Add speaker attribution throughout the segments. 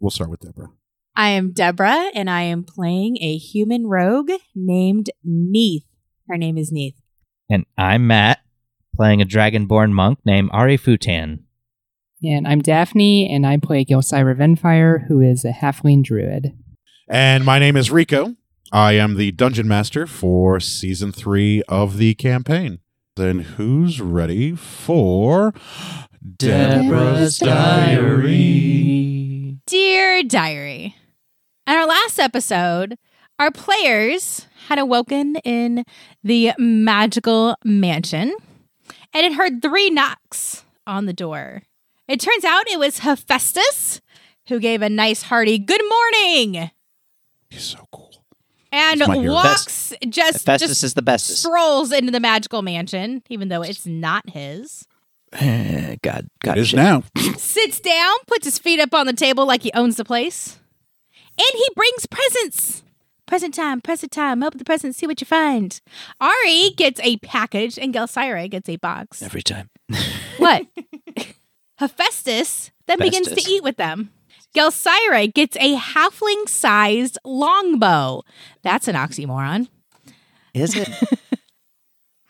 Speaker 1: We'll start with Deborah.
Speaker 2: I am Deborah, and I am playing a human rogue named Neith. Her name is Neith.
Speaker 3: And I'm Matt, playing a dragonborn monk named Ari Futan.
Speaker 4: And I'm Daphne, and I play Gilcyra Venfire, who is a halfling druid.
Speaker 1: And my name is Rico. I am the dungeon master for season three of the campaign. Then who's ready for
Speaker 2: Deborah's Diary. Dear Diary, in our last episode, our players had awoken in the magical mansion and had heard three knocks on the door. It turns out it was Hephaestus who gave a nice hearty good morning
Speaker 1: He's so cool.
Speaker 2: and
Speaker 1: He's my hero.
Speaker 2: walks just,
Speaker 5: Festus
Speaker 2: just
Speaker 5: is the bestest.
Speaker 2: strolls into the magical mansion, even though it's not his.
Speaker 5: God, God,
Speaker 1: It is
Speaker 5: shit.
Speaker 1: now.
Speaker 2: sits down, puts his feet up on the table like he owns the place, and he brings presents. Present time, present time. Open the present, see what you find. Ari gets a package, and Gelsira gets a box.
Speaker 5: every time.
Speaker 2: What? Hephaestus then begins to
Speaker 5: Festus.
Speaker 2: eat with them. Gelsira gets a halfling-sized longbow. That's an oxymoron.
Speaker 5: Is it?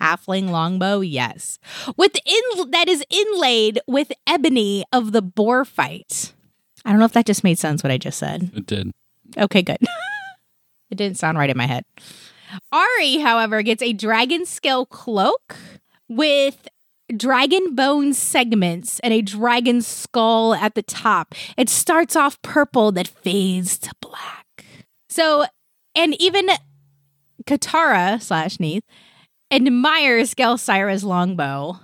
Speaker 2: Halfling longbow, yes. With in that is inlaid with ebony of the boar fight. I don't know if that just made sense what I just said.
Speaker 6: It did.
Speaker 2: Okay, good. it didn't sound right in my head. Ari, however, gets a dragon scale cloak with dragon bone segments and a dragon skull at the top. It starts off purple that fades to black. So, and even Katara slash Neith admires Gelsira's longbow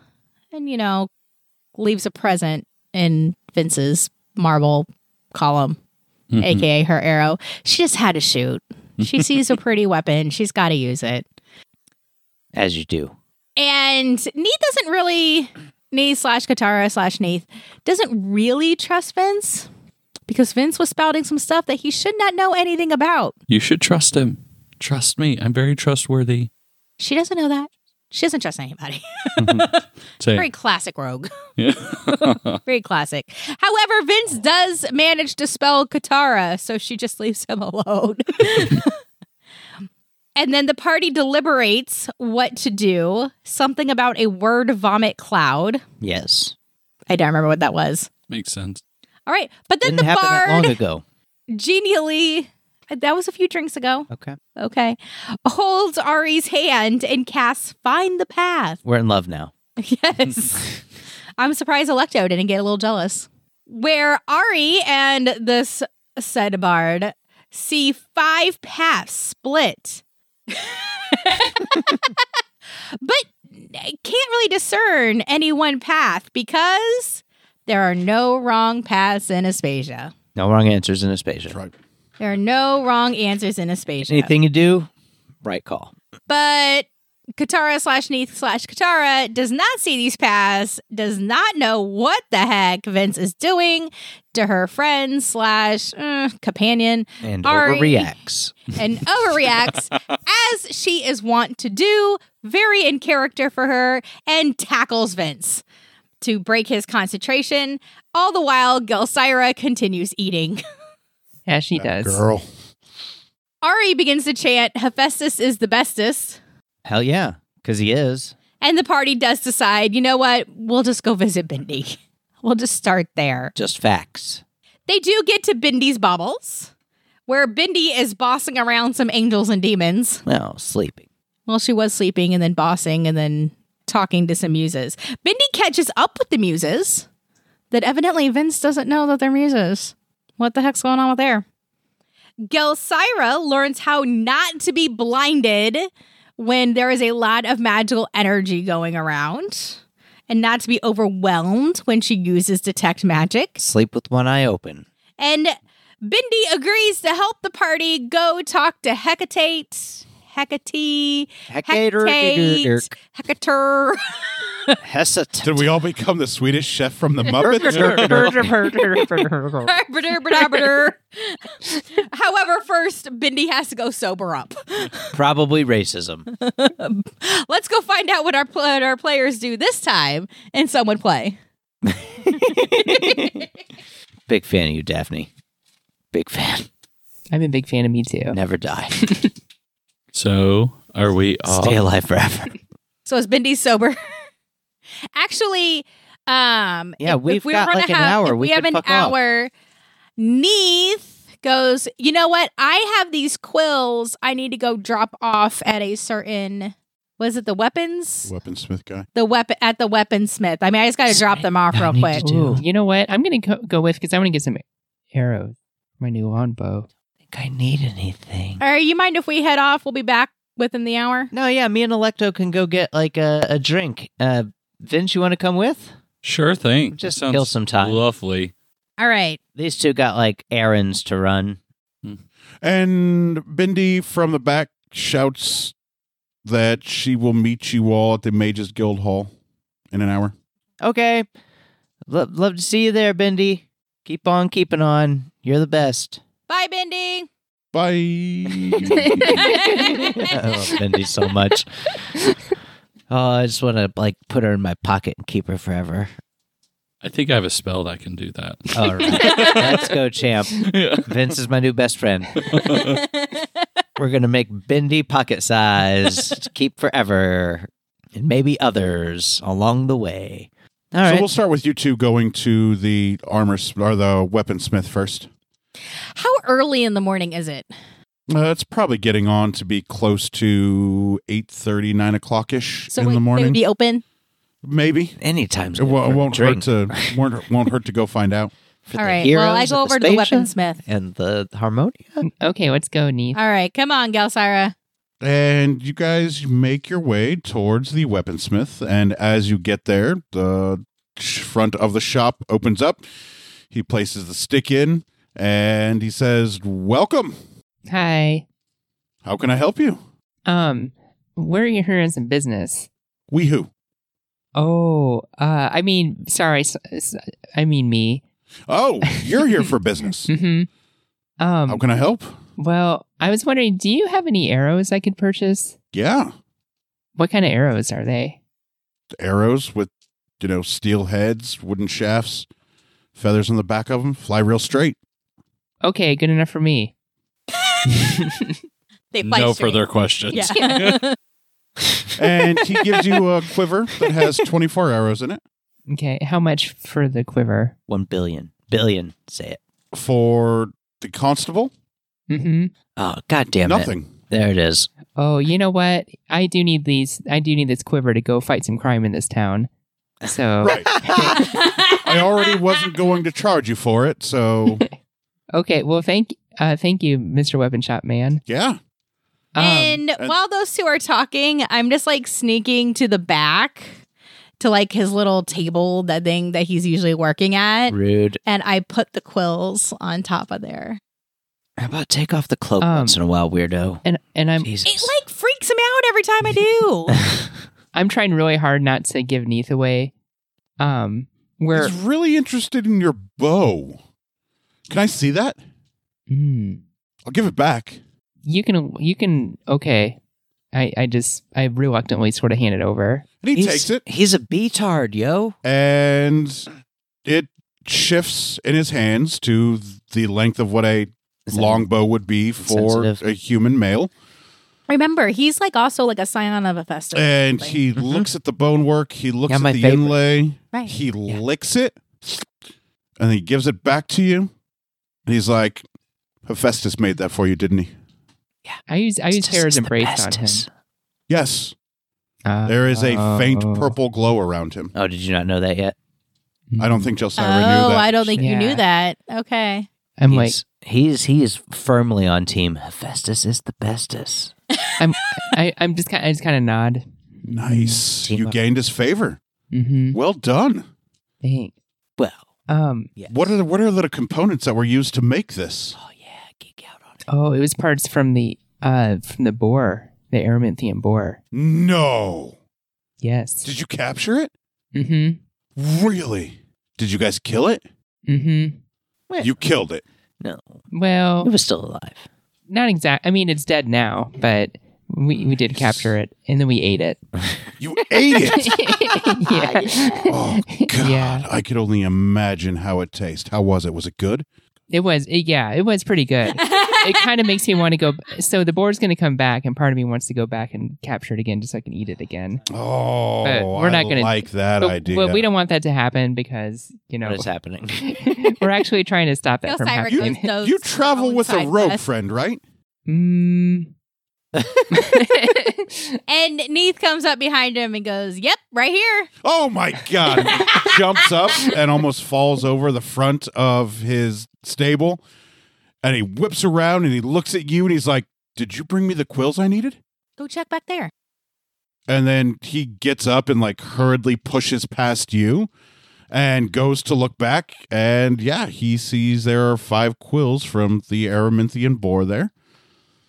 Speaker 2: and, you know, leaves a present in Vince's marble column
Speaker 6: Mhm.
Speaker 2: aka her arrow. She just had to shoot. She sees a pretty weapon. She's got to use it.
Speaker 5: As you do.
Speaker 2: And Neith doesn't really, Neith slash Katara slash Neith doesn't really trust Vince because Vince was spouting some stuff that he should not know anything about.
Speaker 6: You should trust him. Trust me. I'm very trustworthy.
Speaker 2: She doesn't know that. She doesn't trust anybody.
Speaker 6: Say,
Speaker 2: Very classic rogue.
Speaker 6: Yeah.
Speaker 2: Very classic. However, Vince does manage to spell Katara, so she just leaves him alone. and then the party deliberates what to do. Something about a word vomit cloud.
Speaker 5: Yes.
Speaker 2: I don't remember what that was.
Speaker 6: makes sense.
Speaker 2: All right. But then
Speaker 5: Didn't
Speaker 2: the
Speaker 5: happen that long
Speaker 2: bard
Speaker 5: ago.
Speaker 2: genially, that was a few drinks ago.
Speaker 5: Okay.
Speaker 2: Okay. Holds Ari's hand and casts Find the Path.
Speaker 5: We're in love now.
Speaker 2: Yes. I'm surprised Electo didn't get a little jealous. Where Ari and this said bard see five paths split, but can't really discern any one path because there are no wrong paths in Aspasia.
Speaker 5: No wrong answers in Aspasia.
Speaker 1: That's right.
Speaker 2: There are no wrong answers in Aspasia.
Speaker 5: Anything you do, right call.
Speaker 2: But Katara slash Neith slash Katara does not see these paths, does not know what the heck Vince is doing to her friend slash uh, companion,
Speaker 5: And
Speaker 2: Ari.
Speaker 5: overreacts.
Speaker 2: and overreacts as she is wont to do, very in character for her, and tackles Vince to break his concentration. All the while, Gelsira continues eating.
Speaker 4: Yeah, she
Speaker 1: That
Speaker 4: does.
Speaker 1: Girl.
Speaker 2: Ari begins to chant, Hephaestus is the bestest.
Speaker 5: Hell yeah. Because he is.
Speaker 2: And the party does decide, you know what? We'll just go visit Bindi. We'll just start there.
Speaker 5: Just facts.
Speaker 2: They do get to Bindi's baubles, where Bindi is bossing around some angels and demons.
Speaker 5: No, sleeping.
Speaker 2: Well, she was sleeping and then bossing and then talking to some muses. Bindi catches up with the muses that evidently Vince doesn't know that they're muses. What the heck's going on with there? Gelsira learns how not to be blinded when there is a lot of magical energy going around and not to be overwhelmed when she uses detect magic.
Speaker 5: Sleep with one eye open.
Speaker 2: And Bindi agrees to help the party go talk to Hecate. Hecate. Hecate.
Speaker 5: Hecate.
Speaker 2: Hecator.
Speaker 5: Hesitant.
Speaker 1: Did we all become the Swedish chef from the Muppets?
Speaker 4: That's
Speaker 2: Arbiter, arbiter. However, first, Bindi has to go sober up.
Speaker 5: Probably racism.
Speaker 2: Let's go find out what our, pl- what our players do this time and someone play.
Speaker 5: Big fan of you, Daphne. Big fan.
Speaker 4: I'm a big fan of me too.
Speaker 5: Never die.
Speaker 6: So are we all?
Speaker 5: Stay alive forever.
Speaker 2: So is Bindi sober? Actually, um,
Speaker 5: Yeah,
Speaker 2: if- if
Speaker 5: we've
Speaker 2: we were
Speaker 5: got,
Speaker 2: gonna
Speaker 5: like, an
Speaker 2: have-
Speaker 5: hour.
Speaker 2: If
Speaker 5: We
Speaker 2: we have
Speaker 5: could
Speaker 2: an
Speaker 5: fuck off.
Speaker 2: hour. Neith goes. You know what? I have these quills. I need to go drop off at a certain. Was it the weapons?
Speaker 1: Weaponsmith guy.
Speaker 2: The weapon at the weaponsmith. I mean, I just got to drop them off real
Speaker 3: need
Speaker 2: quick.
Speaker 3: to do.
Speaker 4: Ooh, you know what? I'm gonna go, go with because I want to get some arrows. My new longbow.
Speaker 5: think I need anything.
Speaker 2: Or you mind if we head off? We'll be back within the hour.
Speaker 5: No, yeah, me and Electo can go get like a, a drink. Uh, Vince, you want to come with?
Speaker 6: Sure thing.
Speaker 5: Just
Speaker 6: Sounds
Speaker 5: kill some time.
Speaker 6: Lovely.
Speaker 2: All right.
Speaker 5: These two got like errands to run.
Speaker 1: And Bindi from the back shouts that she will meet you all at the Mages Guild Hall in an hour.
Speaker 5: Okay. Lo- love to see you there, Bendy. Keep on keeping on. You're the best.
Speaker 2: Bye, Bindi.
Speaker 1: Bye.
Speaker 5: I love Bendy so much. Oh, I just want to like put her in my pocket and keep her forever.
Speaker 6: I think I have a spell that can do that.
Speaker 5: All right. Let's go, champ.
Speaker 6: Yeah.
Speaker 5: Vince is my new best friend. We're going to make Bendy pocket size to keep forever and maybe others along the way. All
Speaker 1: so
Speaker 5: right.
Speaker 1: we'll start with you two going to the armor s- or the weaponsmith first.
Speaker 2: How early in the morning is it?
Speaker 1: Uh, it's probably getting on to be close to 8.30, 9 o'clock ish in
Speaker 2: wait,
Speaker 1: the morning.
Speaker 2: Be open.
Speaker 1: Maybe.
Speaker 5: Anytime's
Speaker 1: It wo-
Speaker 5: good for a
Speaker 1: won't hurt
Speaker 5: drink.
Speaker 1: to won't, won't hurt to go find out.
Speaker 5: For
Speaker 2: All
Speaker 5: the
Speaker 2: right. Well, I
Speaker 5: heroes
Speaker 2: go
Speaker 5: of
Speaker 2: over to the
Speaker 5: Aspasia
Speaker 2: weaponsmith.
Speaker 5: and the harmonia.
Speaker 4: Okay, let's go, Neith.
Speaker 2: All right, come on, Galsira.
Speaker 1: And you guys make your way towards the weaponsmith. And as you get there, the sh- front of the shop opens up. He places the stick in and he says, Welcome.
Speaker 4: Hi.
Speaker 1: How can I help you?
Speaker 4: Um, we're here in some business.
Speaker 1: We who?
Speaker 4: Oh, uh, I mean, sorry, s- s- I mean me.
Speaker 1: Oh, you're here for business.
Speaker 4: hmm Um,
Speaker 1: How can I help?
Speaker 4: well, I was wondering, do you have any arrows I could purchase?
Speaker 1: Yeah.
Speaker 4: What kind of arrows are they?
Speaker 1: Arrows with, you know, steel heads, wooden shafts, feathers on the back of them, fly real straight.
Speaker 4: Okay, good enough for me.
Speaker 2: They fight
Speaker 6: No
Speaker 2: straight.
Speaker 6: further questions.
Speaker 2: Yeah.
Speaker 1: And he gives you a quiver that has 24 arrows in it
Speaker 4: Okay, how much for the quiver?
Speaker 5: One billion. Billion. Say it.
Speaker 1: for the constable.
Speaker 4: hmm
Speaker 5: Oh, god damn it.
Speaker 1: Nothing.
Speaker 5: There it is.
Speaker 4: Oh, you know what? I do need these. I do need this quiver to go fight some crime in this town. So
Speaker 1: Right. I already wasn't going to charge you for it, so
Speaker 4: okay, well, thank uh, thank you, Mister Weapon Shop Man.
Speaker 1: yeah.
Speaker 4: Um,
Speaker 2: and
Speaker 1: and-
Speaker 2: while those two are talking, I'm just like sneaking to the back to like his little table, that thing that he's usually working at.
Speaker 5: Rude.
Speaker 2: And I put the quills on top of there.
Speaker 5: How about take off the cloak
Speaker 4: Um,
Speaker 5: once in a while, weirdo?
Speaker 4: and and I'm
Speaker 5: Jesus.
Speaker 2: It like freaks him out every time I do.
Speaker 4: I'm trying really hard not to give Neith away. Um, we're
Speaker 1: He's really interested in your bow. Can I see that?
Speaker 4: Mm.
Speaker 1: I'll give it back.
Speaker 4: you can you can okay. I I just I reluctantly sort of hand it over.
Speaker 1: And he
Speaker 5: he's,
Speaker 1: takes it
Speaker 5: He's a beatard, yo.
Speaker 1: and it shifts in his hands to the length of what a
Speaker 5: Is that-
Speaker 1: longbow would be for
Speaker 5: sensitive?
Speaker 1: a human male.
Speaker 2: Remember, he's like also like a scion of a festival.
Speaker 1: And he
Speaker 5: Mhm.
Speaker 1: looks at the bone work, he looks
Speaker 5: Yeah,
Speaker 1: at
Speaker 5: my
Speaker 1: the
Speaker 5: favorite.
Speaker 1: inlay,
Speaker 2: Right.
Speaker 1: he licks it, and he gives it back to you. And he's like, Hephaestus made that for you, didn't he?
Speaker 4: I use I use
Speaker 5: It's just
Speaker 4: Hera's
Speaker 5: the
Speaker 4: embrace on him.
Speaker 5: bestest.
Speaker 1: Yes.
Speaker 3: Uh,
Speaker 1: There is a faint
Speaker 4: Uh,
Speaker 3: oh.
Speaker 1: purple glow around him.
Speaker 5: Oh, did you not know that yet?
Speaker 1: I don't think Jelsira knew
Speaker 2: oh,
Speaker 1: that.
Speaker 2: I don't think you knew
Speaker 4: Yeah.
Speaker 2: that. Okay.
Speaker 4: I'm like,
Speaker 5: he's, he's he is firmly on team. Hephaestus is the bestest.
Speaker 4: I'm, I, I'm just kind, I just kind of nod.
Speaker 1: Nice.
Speaker 5: Team
Speaker 1: You
Speaker 5: up.
Speaker 1: gained his favor.
Speaker 4: Mm-hmm.
Speaker 1: Well done.
Speaker 4: Thanks.
Speaker 5: Well,
Speaker 4: Um.
Speaker 5: yes.
Speaker 1: What are the what are the components that were used to make this?
Speaker 5: Oh yeah, geek out on it.
Speaker 4: Oh, it was parts from the, uh, from the boar, the Araminthian boar.
Speaker 1: No.
Speaker 4: Yes.
Speaker 1: Did you capture it?
Speaker 4: Mm-hmm.
Speaker 1: Really? Did you guys kill it?
Speaker 4: Mm-hmm.
Speaker 5: Well,
Speaker 1: Oh, You killed it.
Speaker 5: no,
Speaker 4: Well,
Speaker 5: it was still alive.
Speaker 4: not exact. I mean, it's dead now, but we we did capture it, and then we ate it.
Speaker 1: You ate it.
Speaker 4: yeah.
Speaker 1: Oh god.
Speaker 4: Yeah.
Speaker 1: I could only imagine how it tastes. How was it? Was it good?
Speaker 4: It was. It, yeah, it was pretty good. it kind of makes me want to go. So the boar's going to come back, and part of me wants to go back and capture it again, just so I can eat it again.
Speaker 1: Oh,
Speaker 4: But Uh, we're
Speaker 1: I
Speaker 4: not gonna-
Speaker 1: like that
Speaker 4: but,
Speaker 1: idea.
Speaker 4: but we don't want that to happen because you know
Speaker 5: What is happening?
Speaker 4: we're actually trying to stop that from
Speaker 2: Gilcyra
Speaker 4: happening.
Speaker 2: goes those
Speaker 1: you travel with a
Speaker 2: alongside
Speaker 1: rope,
Speaker 2: us.
Speaker 1: friend, right?
Speaker 4: Mm.
Speaker 2: And Neith comes up behind him and goes, Yep, right here.
Speaker 1: Oh my god! Jumps up and almost falls over the front of his stable, and he whips around and he looks at you and he's like, "Did you bring me the quills I needed?"
Speaker 2: Go check back there.
Speaker 1: And then he gets up and like hurriedly pushes past you, and goes to look back, and yeah, he sees there are five quills from the Araminthian boar there.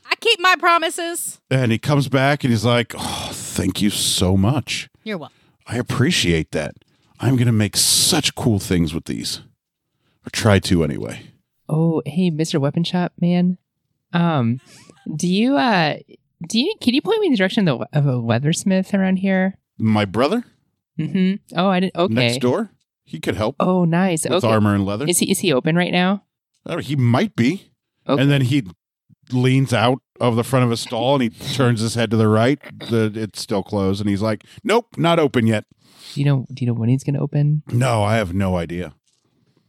Speaker 2: I keep my promises.
Speaker 1: And he comes back and he's like, Oh, thank you so much.
Speaker 2: You're welcome.
Speaker 1: I appreciate that. I'm going to make such cool things with these. Or try to anyway.
Speaker 4: oh, hey, Mister Weapon Shop man. Um, do you uh, do you can you point me in the direction of, the, of a leathersmith around here?
Speaker 1: My brother
Speaker 4: Mm-hmm. Oh, I didn't. Okay.
Speaker 1: next door, he could help
Speaker 4: Oh, nice.
Speaker 1: with
Speaker 4: okay.
Speaker 1: armor and leather.
Speaker 4: Is he is he open right now?
Speaker 1: Oh, he might be.
Speaker 4: Okay.
Speaker 1: And then he leans out of the front of his stall and he turns his head to the right. The, it's still closed. And he's like, Nope, not open yet.
Speaker 4: Do you know? Do you know when he's going to open?
Speaker 1: No, I have no idea.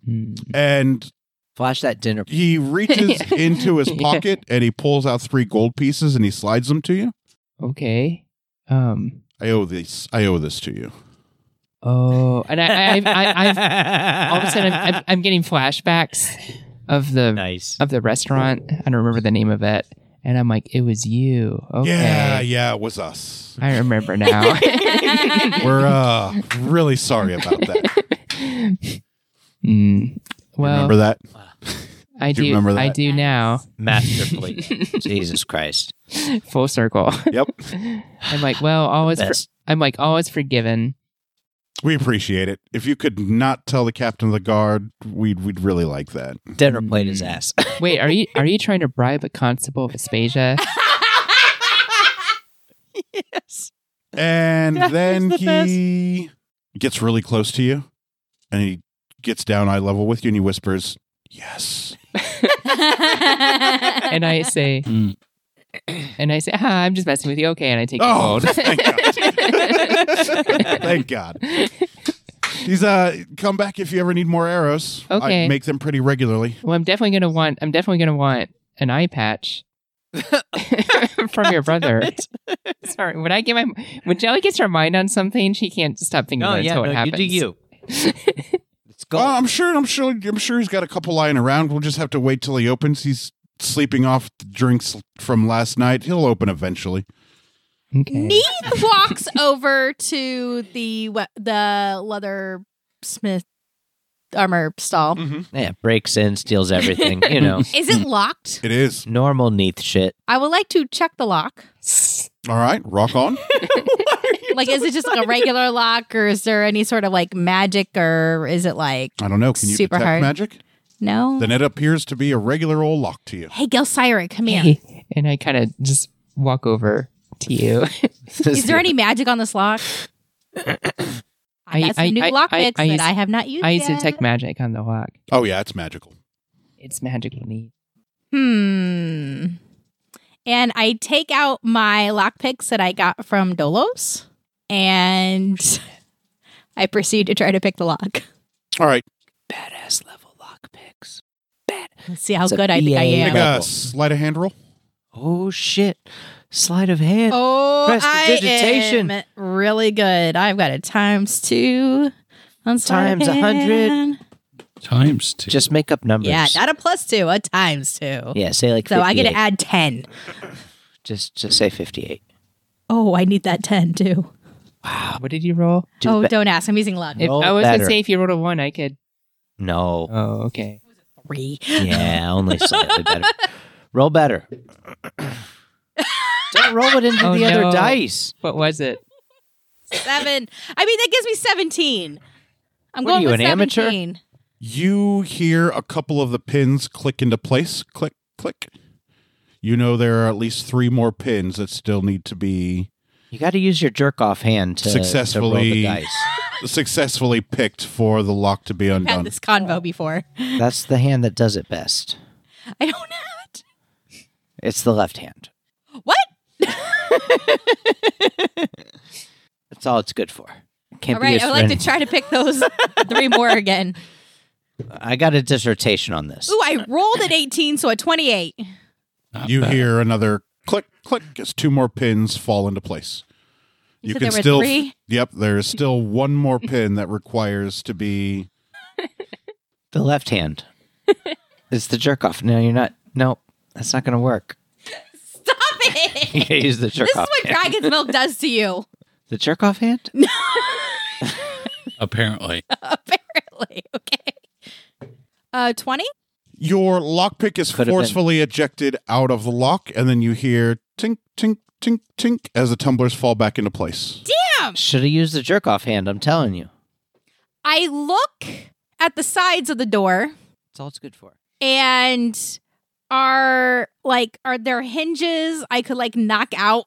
Speaker 4: Hmm.
Speaker 1: And
Speaker 5: Flash that dinner.
Speaker 1: he reaches into his
Speaker 4: Yeah.
Speaker 1: pocket and he pulls out three gold pieces and he slides them to you.
Speaker 4: Okay. Um.
Speaker 1: I owe this. I owe this to you.
Speaker 4: Oh, and I, I, I, I I've, all of a sudden I'm, I'm, I'm getting flashbacks of the
Speaker 5: nice.
Speaker 4: of the restaurant. I don't remember the name of it, and I'm like, it was you. Okay.
Speaker 1: Yeah, yeah, it was us.
Speaker 4: I remember now.
Speaker 1: We're uh, really sorry about that.
Speaker 4: Mm. Well,
Speaker 1: remember that?
Speaker 4: I
Speaker 1: Do
Speaker 4: do.
Speaker 1: you remember
Speaker 4: I
Speaker 1: that?
Speaker 4: do now.
Speaker 5: Masterfully. Jesus Christ.
Speaker 4: Full circle.
Speaker 1: Yep.
Speaker 4: I'm like, well, always. For,
Speaker 5: Best.
Speaker 4: I'm like, always forgiven.
Speaker 1: We appreciate it. If you could not tell the captain of the guard, we'd we'd really like that.
Speaker 5: Dinner plate his ass.
Speaker 4: Wait, are you are you trying to bribe a constable of Aspasia?
Speaker 5: yes.
Speaker 1: And
Speaker 5: Yeah,
Speaker 1: then
Speaker 5: it's the
Speaker 1: he gets really close to you, and he gets down eye level with you, and he whispers, "Yes."
Speaker 4: and I say,
Speaker 6: Mm.
Speaker 4: and I say, ah, I'm just messing with you. Okay, and I take. your
Speaker 1: Oh,
Speaker 4: gold.
Speaker 1: thank God! thank God. He's uh, come back if you ever need more arrows. I
Speaker 4: Okay.
Speaker 1: make them pretty regularly.
Speaker 4: well, I'm definitely gonna want. I'm definitely gonna want an eye patch from your brother. Sorry, when I get my when Jelly gets her mind on something, she can't stop thinking
Speaker 5: No,
Speaker 4: about it
Speaker 5: Oh, yeah,
Speaker 4: until
Speaker 5: no,
Speaker 4: it
Speaker 5: you
Speaker 4: happens.
Speaker 5: do you. It's go.
Speaker 1: Well, Uh, I'm sure. I'm sure. I'm sure he's got a couple lying around. We'll just have to wait till he opens. He's sleeping off the drinks from last night. He'll open eventually.
Speaker 4: Okay.
Speaker 2: Neith walks over to the we- the leather smith armor
Speaker 1: Mm.
Speaker 2: stall.
Speaker 5: yeah, breaks in, steals everything. You know,
Speaker 2: Is it locked?
Speaker 1: It is
Speaker 5: normal Neath shit.
Speaker 2: I would like to check the lock.
Speaker 1: all right. Rock on.
Speaker 2: Like, is it just like a regular lock, or is there any sort of like magic, or is it like
Speaker 1: I don't know. Can you
Speaker 2: Super
Speaker 1: detect
Speaker 2: hard.
Speaker 1: magic?
Speaker 2: no?
Speaker 1: Then it appears to be a regular old lock to you.
Speaker 2: Hey, Gelsira, come here.
Speaker 4: and I kind of just walk over to you.
Speaker 2: Is there any magic on this lock? I,
Speaker 4: I-
Speaker 2: got some
Speaker 4: I-
Speaker 2: new
Speaker 4: I-
Speaker 2: lock
Speaker 4: I-
Speaker 2: picks
Speaker 4: I
Speaker 2: that
Speaker 4: used-
Speaker 2: I have not used
Speaker 4: I used to
Speaker 2: yet.
Speaker 4: detect magic on the lock.
Speaker 1: Oh yeah, it's magical.
Speaker 4: It's magical neat.
Speaker 2: Hmm. And I take out my lock picks that I got from Dolos, and I proceed to try to pick the lock.
Speaker 1: All right.
Speaker 5: badass level lock picks?
Speaker 2: Let's see how
Speaker 5: It's a
Speaker 2: good I think I
Speaker 5: BA.
Speaker 2: am.
Speaker 1: Make
Speaker 5: Magical.
Speaker 1: a sleight of hand roll.
Speaker 5: Oh shit! Sleight of hand.
Speaker 2: Oh,
Speaker 5: Prestidigitation.
Speaker 2: I am really good. I've got it times two. On sleight of
Speaker 5: Times a hundred.
Speaker 2: hand.
Speaker 6: Times two.
Speaker 5: Just make up numbers.
Speaker 2: Yeah, not a plus two, a times two.
Speaker 5: yeah, say like
Speaker 2: So I get to
Speaker 5: 58.
Speaker 2: add 10.
Speaker 5: Just, just say 58.
Speaker 2: Oh, I need that 10 too.
Speaker 4: Ah, What did you roll?
Speaker 5: Do
Speaker 2: oh,
Speaker 5: be-
Speaker 2: don't ask. I'm using luck.
Speaker 4: If,
Speaker 5: Roll
Speaker 4: I was going
Speaker 5: better.
Speaker 4: to say if you rolled a one, I could.
Speaker 5: No.
Speaker 4: Oh, okay.
Speaker 2: Three.
Speaker 5: Yeah, only slightly better. Roll better. Don't roll it into
Speaker 4: Oh,
Speaker 5: the other
Speaker 4: no.
Speaker 5: dice.
Speaker 4: What was it?
Speaker 2: Seven. I mean, that gives me 17. I'm
Speaker 5: What are
Speaker 2: going
Speaker 5: you,
Speaker 2: with
Speaker 5: an amateur?
Speaker 2: 17.
Speaker 1: You hear a couple of the pins click into place. Click, click. You know there are at least three more pins that still need to be
Speaker 5: You got to use your jerk off hand to, to roll
Speaker 1: Successfully.
Speaker 5: the dice.
Speaker 1: successfully picked for the lock to be
Speaker 2: I've had
Speaker 1: undone.
Speaker 2: this convo before.
Speaker 5: That's the hand that does it best.
Speaker 2: I don't have it.
Speaker 5: It's the left hand.
Speaker 2: What?
Speaker 5: That's all it's good for. Can't
Speaker 2: All
Speaker 5: be
Speaker 2: right.
Speaker 5: used
Speaker 2: I would
Speaker 5: for
Speaker 2: like to
Speaker 5: anything.
Speaker 2: try to pick those three more again.
Speaker 5: I got a dissertation on this.
Speaker 2: Ooh, I rolled at 18, so a 28.
Speaker 6: Not
Speaker 1: You
Speaker 6: bad.
Speaker 1: hear another click, click as two more pins fall into place.
Speaker 2: You said there were
Speaker 1: still.
Speaker 2: three?
Speaker 1: Yep, there is still one more pin that requires to be.
Speaker 5: The left hand. it's the jerk off. No, you're not. No, that's not going to work.
Speaker 2: Stop it.
Speaker 5: You gotta use the jerk
Speaker 2: This is
Speaker 5: off
Speaker 2: what
Speaker 5: hand.
Speaker 2: dragon's milk does to you,
Speaker 5: the jerk off hand?
Speaker 6: Apparently.
Speaker 2: apparently. Okay. Uh, 20?
Speaker 1: Your lockpick is
Speaker 5: Could have been.
Speaker 1: forcefully ejected out of the lock, and then you hear tink, tink, tink, tink as the tumblers fall back into place.
Speaker 5: Should have used the jerk off hand, I'm telling you.
Speaker 2: I look at the sides of the door
Speaker 5: That's all it's good for.
Speaker 2: and are like are there hinges I could like knock out?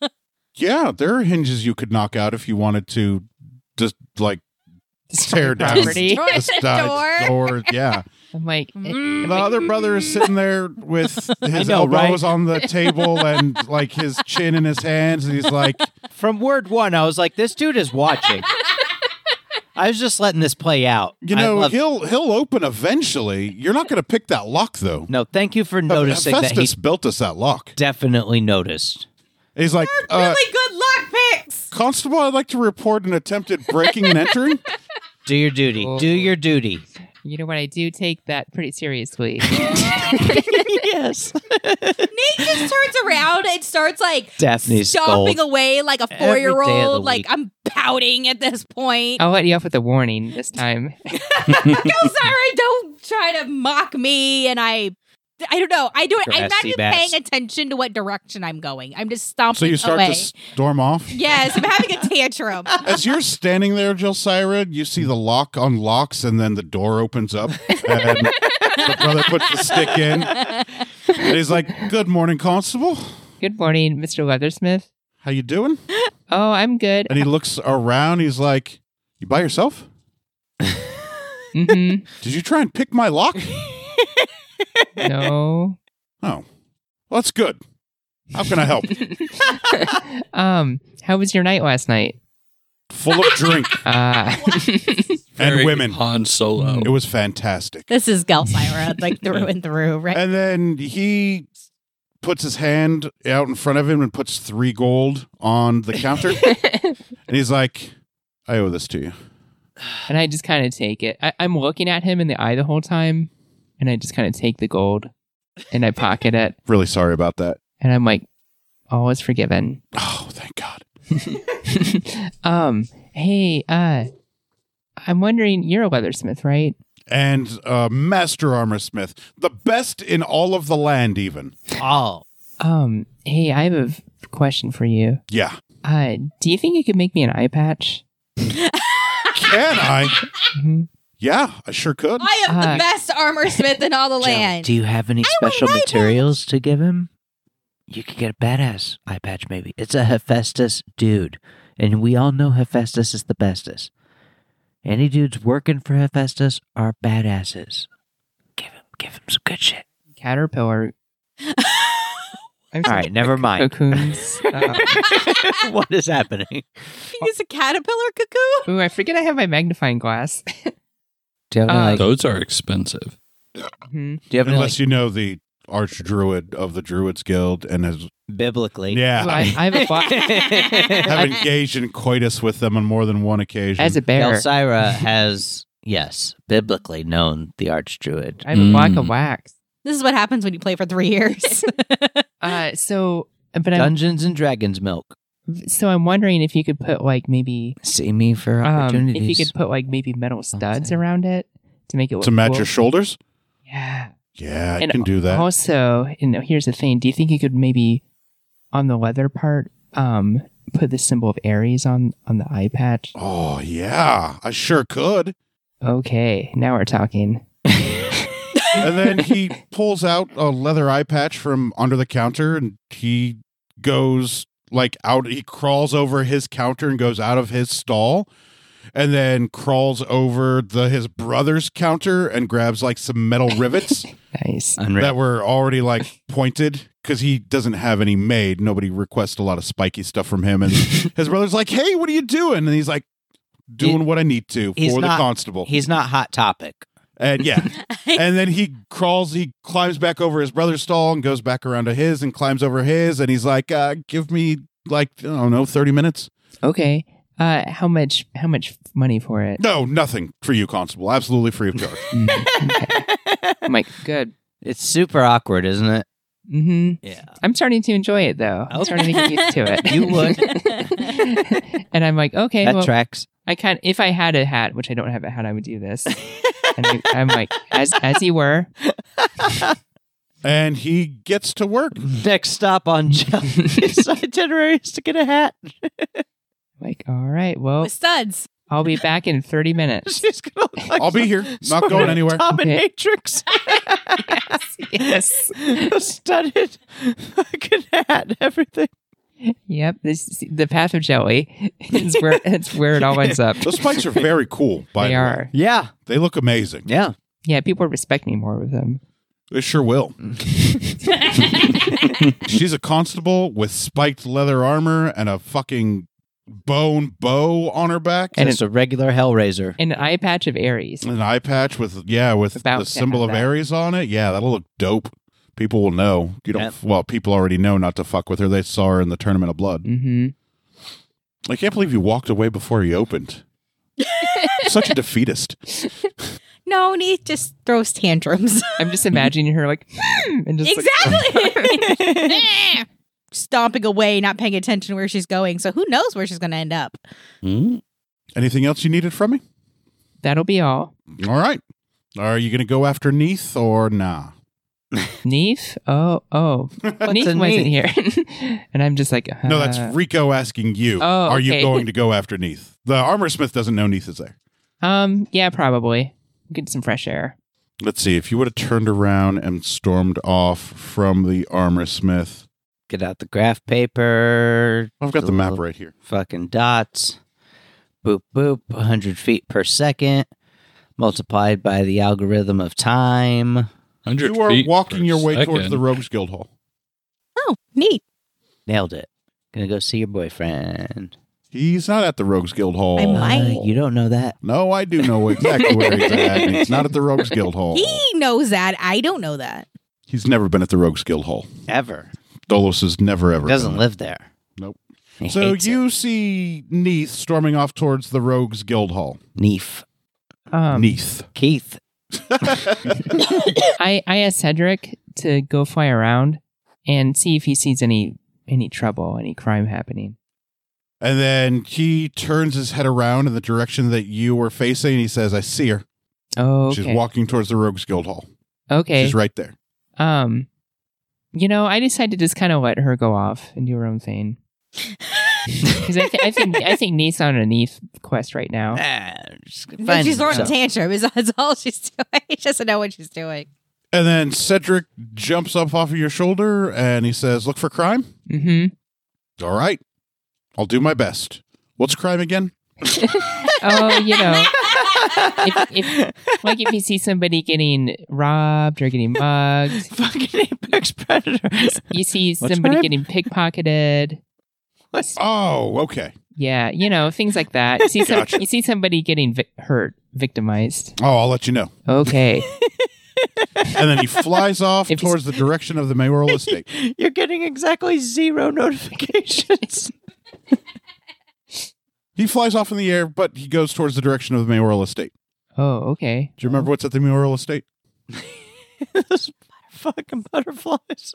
Speaker 1: Yeah, there are hinges you could knock out if you wanted to just like tear down
Speaker 4: Property.
Speaker 2: Destroy
Speaker 1: this
Speaker 2: the
Speaker 1: guy's door. Yeah.
Speaker 4: I'm like,
Speaker 2: Mm.
Speaker 1: The other brother is sitting there with his
Speaker 5: know,
Speaker 1: elbows on the table and like his chin in his hands, and he's like,
Speaker 5: From word one, I was like, this dude is watching. I was just letting this play out.
Speaker 1: you
Speaker 5: I
Speaker 1: know,
Speaker 5: love-
Speaker 1: he'll he'll open eventually. You're not gonna pick that lock though.
Speaker 5: No, thank you for
Speaker 1: Oh,
Speaker 5: noticing that he
Speaker 1: Festus built us that lock. He's like, uh,
Speaker 2: really good lock picks.
Speaker 1: Constable, I'd like to report an attempted breaking and entering.
Speaker 5: Do your duty.
Speaker 1: Oh.
Speaker 5: Do your duty.
Speaker 4: you know what? I do take that pretty seriously.
Speaker 5: yes.
Speaker 2: Nate just turns around and starts like
Speaker 5: Daphne's
Speaker 2: stomping
Speaker 5: gold.
Speaker 2: away like a
Speaker 5: day of
Speaker 2: four
Speaker 5: the
Speaker 2: year old. Like
Speaker 5: week.
Speaker 2: I'm pouting at this point.
Speaker 4: I'll let you off with a warning this time.
Speaker 2: Go, Siren, don't try to mock me. And I, I don't know. I don't. I'm not
Speaker 5: Grassy
Speaker 2: even
Speaker 5: bats.
Speaker 2: paying attention to what direction I'm going. I'm just stomping
Speaker 1: So you start
Speaker 2: away.
Speaker 1: to storm off.
Speaker 2: Yes, I'm having a tantrum.
Speaker 1: As you're standing there, Jelsira, you see the lock unlocks and then the door opens up. And the brother puts the stick in. And he's like, Good morning, Constable.
Speaker 4: Good morning, Mr. Leathersmith.
Speaker 1: How you doing?
Speaker 4: Oh, I'm good.
Speaker 1: And he looks around. He's like, You by yourself?
Speaker 4: hmm
Speaker 1: Did you try and pick my lock?
Speaker 4: No.
Speaker 1: Oh. Well, that's good. How can I help?
Speaker 4: Um, how was your night last night?
Speaker 1: Full of drink
Speaker 4: Uh,
Speaker 1: and
Speaker 6: Very
Speaker 1: women. Mm.
Speaker 6: Han Solo.
Speaker 1: It was fantastic.
Speaker 2: This is Gelsira, like through and through, right?
Speaker 1: And then he puts his hand out in front of him and puts three gold on the counter. and he's like, I owe this to you.
Speaker 4: and I just kind of take it. I, I'm looking at him in the eye the whole time, and I just kind of take the gold and I pocket it,
Speaker 1: Really sorry about that.
Speaker 4: and I'm like, all is forgiven.
Speaker 1: Oh, thank God.
Speaker 4: um, hey, uh, I'm wondering, you're a leathersmith, right?
Speaker 1: And uh, Master Armor Smith, the best in all of the land, even.
Speaker 5: All.
Speaker 4: Um, hey, I have a f- question for you.
Speaker 1: Yeah.
Speaker 4: Uh, do you think you could make me an eye patch?
Speaker 1: Can I?
Speaker 4: Mhm.
Speaker 1: Yeah, I sure could.
Speaker 2: I am
Speaker 4: Uh,
Speaker 2: the best armor smith in all the land.
Speaker 5: Do you have any special materials to give him? You could get a badass eye patch, maybe. It's a Hephaestus dude. And we all know Hephaestus is the bestest. Any dudes working for Hephaestus are badasses. Give him give him some good shit.
Speaker 4: Caterpillar. I'm
Speaker 5: All right, never mind.
Speaker 4: Cocoons. Um,
Speaker 5: what is happening?
Speaker 2: He's a caterpillar cuckoo.
Speaker 4: ooh, I forget I have my magnifying glass.
Speaker 5: Do you have,
Speaker 4: Uh,
Speaker 5: any, like,
Speaker 6: Those are expensive.
Speaker 4: Mhm.
Speaker 5: Mm-hmm. do you have any, like,
Speaker 1: Unless you know the archdruid of the Druids Guild and has
Speaker 5: biblically.
Speaker 1: Yeah.
Speaker 4: I, I've fought
Speaker 1: Have engaged in coitus with them on more than one occasion.
Speaker 4: as a bear.
Speaker 5: Elsira has, yes, biblically known the archdruid.
Speaker 4: I have a block of
Speaker 6: Mm.
Speaker 4: wax.
Speaker 2: This is what happens when you play for three years.
Speaker 4: Uh, so, but I'm
Speaker 5: Dungeons and Dragons milk.
Speaker 4: so I'm wondering if you could put like maybe
Speaker 5: See me for
Speaker 4: um,
Speaker 5: opportunities.
Speaker 4: if you could put like maybe metal studs
Speaker 5: Something.
Speaker 4: around it to make it
Speaker 1: to
Speaker 4: look
Speaker 1: match
Speaker 4: cool.
Speaker 1: your shoulders?
Speaker 4: Yeah.
Speaker 1: Yeah, I
Speaker 4: And
Speaker 1: can do that.
Speaker 4: Also, you know, here's the thing. Do you think you could maybe on the leather part um put the symbol of Aries on on the eye patch?
Speaker 1: oh, yeah. I sure could.
Speaker 4: Okay, now we're talking.
Speaker 1: and then he pulls out a leather eye patch from under the counter and he goes like out he crawls over his counter and goes out of his stall and then crawls over the his brother's counter and grabs like some metal rivets
Speaker 4: Nice.
Speaker 5: Unreal.
Speaker 1: that were already like pointed because he doesn't have any made nobody requests a lot of spiky stuff from him and his brother's like hey what are you doing and he's like doing what i need to
Speaker 5: he's
Speaker 1: for the
Speaker 5: not-
Speaker 1: constable
Speaker 5: He's not hot topic.
Speaker 1: and yeah and then he crawls, he climbs back over his brother's stall and goes back around to his and climbs over his. And he's like, uh, give me like, I don't know, 30 minutes.
Speaker 4: Okay. Uh how much how much money for it?
Speaker 1: No, nothing for you, Constable. Absolutely free of charge.
Speaker 4: I'm like, good.
Speaker 5: It's super awkward, isn't it?
Speaker 4: Mm-hmm.
Speaker 5: Yeah.
Speaker 4: I'm starting to enjoy it though. I'm
Speaker 5: Okay.
Speaker 4: starting to get used to it.
Speaker 5: You would.
Speaker 4: and I'm like, okay,
Speaker 5: That
Speaker 4: well,
Speaker 5: tracks.
Speaker 4: I can if I had a hat, which I don't have a hat, I would do this. and I, I'm like, as as you were.
Speaker 1: and he gets to work.
Speaker 5: Next stop on John's itinerary is to get a hat.
Speaker 4: Like, all right, well,
Speaker 2: With studs.
Speaker 4: I'll be back in 30 minutes.
Speaker 5: She's gonna look like
Speaker 1: I'll be
Speaker 5: some
Speaker 1: here. Not
Speaker 5: sort
Speaker 1: going
Speaker 5: of
Speaker 1: anywhere.
Speaker 5: Dominatrix.
Speaker 4: yes.
Speaker 5: A studded fucking hat, everything.
Speaker 4: Yep. This the path of jelly. It's where it's where it all ends up.
Speaker 1: Those spikes are very cool, by
Speaker 4: they
Speaker 1: the way.
Speaker 4: are.
Speaker 5: Yeah.
Speaker 1: They look amazing.
Speaker 5: Yeah.
Speaker 4: Yeah, people respect me more with them.
Speaker 1: They sure will. She's a constable with spiked leather armor and a fucking bone bow on her back.
Speaker 5: And it's a regular Hellraiser.
Speaker 4: And an eye patch of Aries.
Speaker 1: an eye patch with yeah with
Speaker 4: About
Speaker 1: the
Speaker 4: to
Speaker 1: symbol
Speaker 4: have
Speaker 1: of
Speaker 4: that.
Speaker 1: Aries on it. Yeah, that'll look dope. People will know. You don't.
Speaker 5: Yep.
Speaker 1: Well, people already know not to fuck with her. They saw her in the Tournament of Blood.
Speaker 4: Mm-hmm.
Speaker 1: I can't believe you walked away before he opened. Such a defeatist.
Speaker 2: No, he just throws tantrums.
Speaker 4: I'm just imagining her like hmm, and just like-
Speaker 2: exactly. Stomping away, not paying attention to where she's going. So who knows where she's going to end up?
Speaker 6: Hmm?
Speaker 1: Anything else you needed from me?
Speaker 4: that'll be all.
Speaker 1: All right. Are you going to go after Neath or nah?
Speaker 4: Neef? Oh, oh. Neef
Speaker 5: a
Speaker 4: wasn't here. and I'm just like
Speaker 1: No, that's
Speaker 4: uh,
Speaker 1: Rico asking you.
Speaker 4: oh,
Speaker 1: Are you
Speaker 4: okay.
Speaker 1: going to go after Neath? The armor smith doesn't know Neath is there.
Speaker 4: Um, yeah, probably. Get some fresh air.
Speaker 1: Let's see. If you would have turned around and stormed off from the armor smith,
Speaker 5: Get out the graph paper.
Speaker 1: I've got the map right here.
Speaker 5: Fucking dots. Boop, boop. 100 feet per second. Multiplied by the algorithm of time.
Speaker 6: 100
Speaker 1: You are
Speaker 6: feet
Speaker 1: walking
Speaker 6: per
Speaker 1: your way towards
Speaker 6: second.
Speaker 1: the Rogues Guild Hall.
Speaker 2: Oh, neat.
Speaker 5: Nailed it. Gonna go see your boyfriend.
Speaker 1: He's not at the Rogues Guild Hall.
Speaker 2: I might.
Speaker 5: Uh, you don't know that.
Speaker 1: No, I do know exactly where he's at. and He's not at the Rogues Guild Hall.
Speaker 2: He knows that. I don't know that.
Speaker 1: He's never been at the Rogues Guild Hall.
Speaker 5: Ever.
Speaker 1: Dolos has never ever
Speaker 5: Doesn't
Speaker 1: been
Speaker 5: live there.
Speaker 1: Nope.
Speaker 5: He
Speaker 1: So
Speaker 5: hates
Speaker 1: you see Neath storming off towards the Rogues Guild Hall.
Speaker 5: it. Neef.
Speaker 4: Um
Speaker 1: Neath.
Speaker 5: Keith.
Speaker 4: I, I asked Cedric to go fly around and see if he sees any any trouble, any crime happening.
Speaker 1: And then he turns his head around in the direction that you were facing and he says, I see her.
Speaker 4: Oh, okay.
Speaker 1: She's walking towards the Rogues Guild Hall.
Speaker 4: okay.
Speaker 1: She's right there.
Speaker 4: Um, you know, I decided to just kind of let her go off and do her own thing because I, th- I think I think Neith's on a Neith quest right now.
Speaker 5: Ah, just
Speaker 2: But
Speaker 5: find
Speaker 2: she's throwing a
Speaker 5: himself.
Speaker 2: tantrum. Is that's all she's doing. She doesn't know what she's doing.
Speaker 1: And then Cedric jumps up off of your shoulder and he says, Look for crime.
Speaker 4: Mm-hmm.
Speaker 1: All right. I'll do my best. What's crime again?
Speaker 4: Oh, you know, if, if like if you see somebody getting robbed or getting mugged,
Speaker 5: fucking apex predator.
Speaker 4: you see
Speaker 5: What's
Speaker 4: somebody
Speaker 5: crime?
Speaker 4: getting pickpocketed.
Speaker 5: What's
Speaker 1: Oh, okay.
Speaker 4: Yeah, you know things like that. You see, some,
Speaker 1: Gotcha.
Speaker 4: you see somebody getting vi- hurt, victimized.
Speaker 1: Oh, I'll let you know.
Speaker 4: Okay,
Speaker 1: and then he flies off
Speaker 4: If he's-
Speaker 1: towards the direction of the mayoral estate.
Speaker 5: You're getting exactly zero notifications.
Speaker 1: He flies off in the air, but he goes towards the direction of the mayoral estate.
Speaker 4: Oh, okay.
Speaker 1: Do you remember what's at the mayoral estate?
Speaker 5: Those fucking butterflies.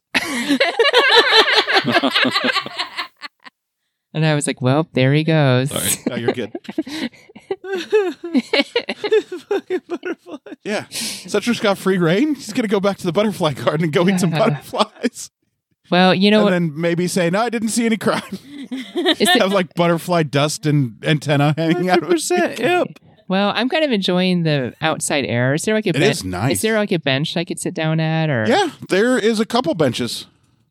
Speaker 4: And I was like, well, there he goes.
Speaker 6: Sorry.
Speaker 1: No, you're good.
Speaker 5: fucking butterflies.
Speaker 1: Yeah. Sucher's got free reign. He's going to go back to the butterfly garden and go eat some butterflies.
Speaker 4: Well, you know
Speaker 1: and
Speaker 4: what?
Speaker 1: then maybe say, no, I didn't see any crime.
Speaker 4: It's the-
Speaker 1: Have like butterfly dust and antenna hanging out of his
Speaker 5: Percent. Yep.
Speaker 4: well, I'm kind of enjoying the outside air. Is there like a
Speaker 1: It
Speaker 4: ben-
Speaker 1: is nice.
Speaker 4: Is there like a bench I could sit down at? Or
Speaker 1: Yeah, there is a couple benches.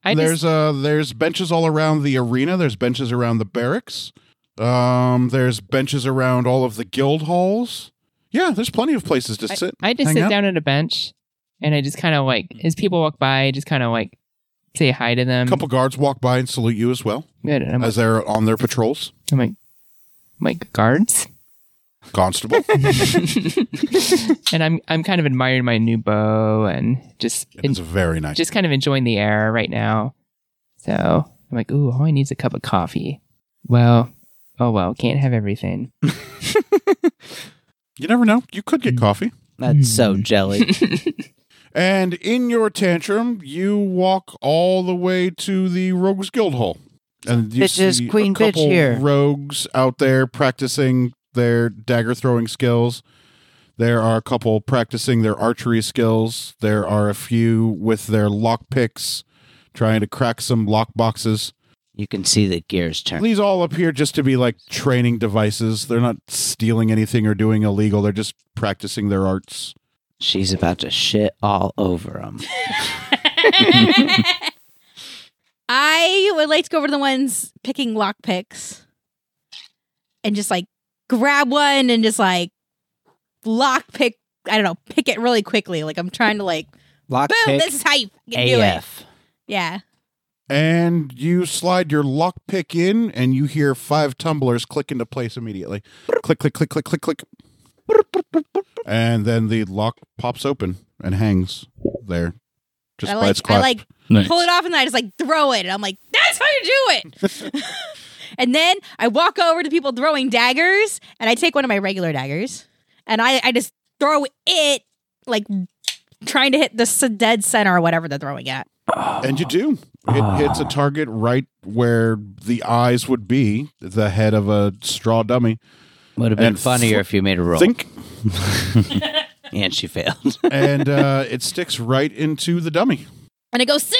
Speaker 4: I just-
Speaker 1: there's uh there's benches all around the arena. There's benches around the barracks. Um, there's benches around all of the guild halls. Yeah, there's plenty of places to
Speaker 4: I-
Speaker 1: sit.
Speaker 4: I just
Speaker 1: hang
Speaker 4: sit
Speaker 1: out.
Speaker 4: down at a bench and I just kind of like, as people walk by, I just kind of like say hi to them.
Speaker 1: a couple guards walk by and salute you as well
Speaker 4: Good. And I'm,
Speaker 1: as they're on their patrols.
Speaker 4: I'm like, I'm like guards.
Speaker 1: Constable,
Speaker 4: and I'm I'm kind of admiring my new bow and just en-
Speaker 1: it's very nice.
Speaker 4: just kind of enjoying the air right now. So I'm like, ooh, all I need is a cup of coffee. Well, oh well, can't have everything.
Speaker 1: You never know. You could
Speaker 4: Mm.
Speaker 1: get coffee.
Speaker 5: That's
Speaker 1: Hmm.
Speaker 5: so jelly.
Speaker 1: And in your tantrum, you walk all the way to the Rogues Guild Hall. And you
Speaker 5: Bitches,
Speaker 1: see
Speaker 5: queen
Speaker 1: a
Speaker 5: bitch
Speaker 1: couple
Speaker 5: here.
Speaker 1: rogues out there practicing their dagger throwing skills. There are a couple practicing their archery skills. There are a few with their lock picks trying to crack some lock boxes.
Speaker 5: You can see the gears turn.
Speaker 1: These all appear just to be like training devices. They're not stealing anything or doing illegal. They're just practicing their arts.
Speaker 5: She's about to shit all over them.
Speaker 2: I would like to go over to the ones picking lockpicks and just like grab one and just like lockpick. I don't know, pick it really quickly. Like I'm trying to like,
Speaker 5: Lock
Speaker 2: boom,
Speaker 5: pick
Speaker 2: this is how you fucking do it.
Speaker 5: AF.
Speaker 2: Yeah.
Speaker 1: And you slide your lockpick in, and you hear five tumblers click into place immediately. click, click, click, click, click, click. And then the lock pops open and hangs there, just
Speaker 2: I
Speaker 1: by
Speaker 2: like-
Speaker 1: its clasp.
Speaker 2: I like
Speaker 6: Nice.
Speaker 2: pull it off and I just like throw it. And I'm like, that's how you do it. and then I walk over to people throwing daggers and I take one of my regular daggers and I, I just throw it like trying to hit the s- dead center or whatever they're throwing at.
Speaker 1: and you do. It hits a target right where the eyes would be, the head of a straw dummy.
Speaker 5: Would have been
Speaker 1: And
Speaker 5: funnier
Speaker 1: fl-
Speaker 5: if you made a roll.
Speaker 1: Think.
Speaker 5: And she failed.
Speaker 1: and uh, it sticks right into the dummy.
Speaker 2: And I go, see,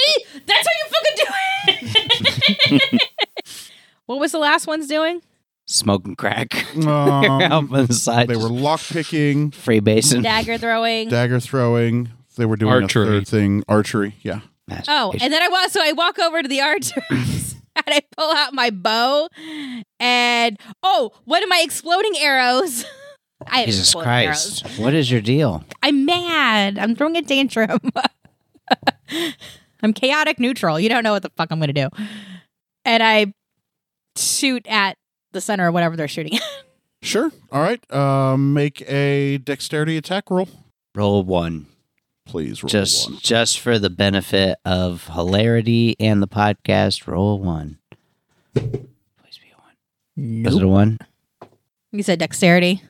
Speaker 2: that's how you fucking do it. what was the last one's doing?
Speaker 5: Smoking crack.
Speaker 1: Um,
Speaker 5: Out on the side.
Speaker 1: they were lockpicking.
Speaker 5: free basin.
Speaker 2: Dagger throwing.
Speaker 1: dagger throwing. They were doing
Speaker 6: Archery.
Speaker 1: a third thing, archery. Yeah,
Speaker 2: Oh, and then I walk. So I walk over to the archers and I pull out my bow, and oh, one of my exploding arrows. I have
Speaker 5: Jesus
Speaker 2: exploding
Speaker 5: Christ.
Speaker 2: arrows.
Speaker 5: What is your deal?
Speaker 2: I'm mad. I'm throwing a tantrum. I'm chaotic neutral. You don't know what the fuck I'm gonna do. And I shoot at the center or whatever they're shooting at.
Speaker 1: sure. All right. Um, make a dexterity attack roll,
Speaker 5: Roll one.
Speaker 1: please. Roll
Speaker 5: just
Speaker 1: one.
Speaker 5: just for the benefit of hilarity and the podcast, roll one. Please be a one. Was it a one?
Speaker 2: You said dexterity.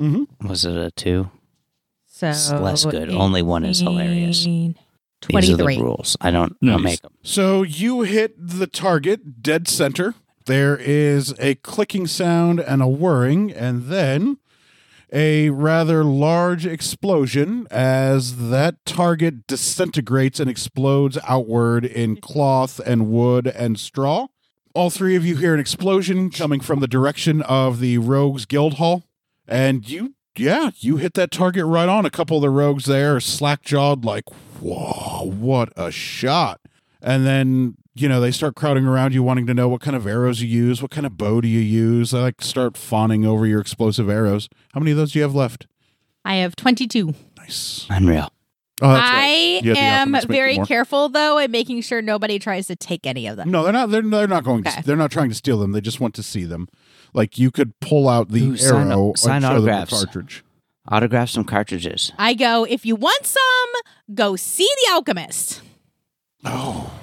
Speaker 5: Was it a two?
Speaker 2: So
Speaker 5: It's less good. Only one is hilarious.
Speaker 2: 18,
Speaker 5: These are the
Speaker 2: 23.
Speaker 5: rules. I don't I'll
Speaker 6: Nice.
Speaker 5: make them.
Speaker 1: So you hit the target dead center. There is a clicking sound and a whirring, and then a rather large explosion as that target disintegrates and explodes outward in cloth and wood and straw. All three of you hear an explosion coming from the direction of the Rogues Guild Hall, and you, yeah, you hit that target right on. A couple of the rogues there are slack jawed, like, whoa, what a shot and then you know they start crowding around you wanting to know what kind of arrows you use what kind of bow do you use they like start fawning over your explosive arrows how many of those do you have left
Speaker 2: I have 22.
Speaker 1: nice
Speaker 5: Unreal.
Speaker 1: oh that's right
Speaker 2: I
Speaker 1: You had the
Speaker 2: am
Speaker 1: alchemist make
Speaker 2: very
Speaker 1: more.
Speaker 2: careful though at making sure nobody tries to take any of them.
Speaker 1: no they're not they're, they're not going
Speaker 2: Okay.
Speaker 1: to they're not trying to steal them they just want to see them like you could pull out the
Speaker 5: Ooh, sign-
Speaker 1: arrow and
Speaker 5: sign
Speaker 1: show them the
Speaker 5: autographs.
Speaker 1: cartridge
Speaker 5: Autograph some cartridges.
Speaker 2: I go, if you want some, go see The Alchemist.
Speaker 1: Oh.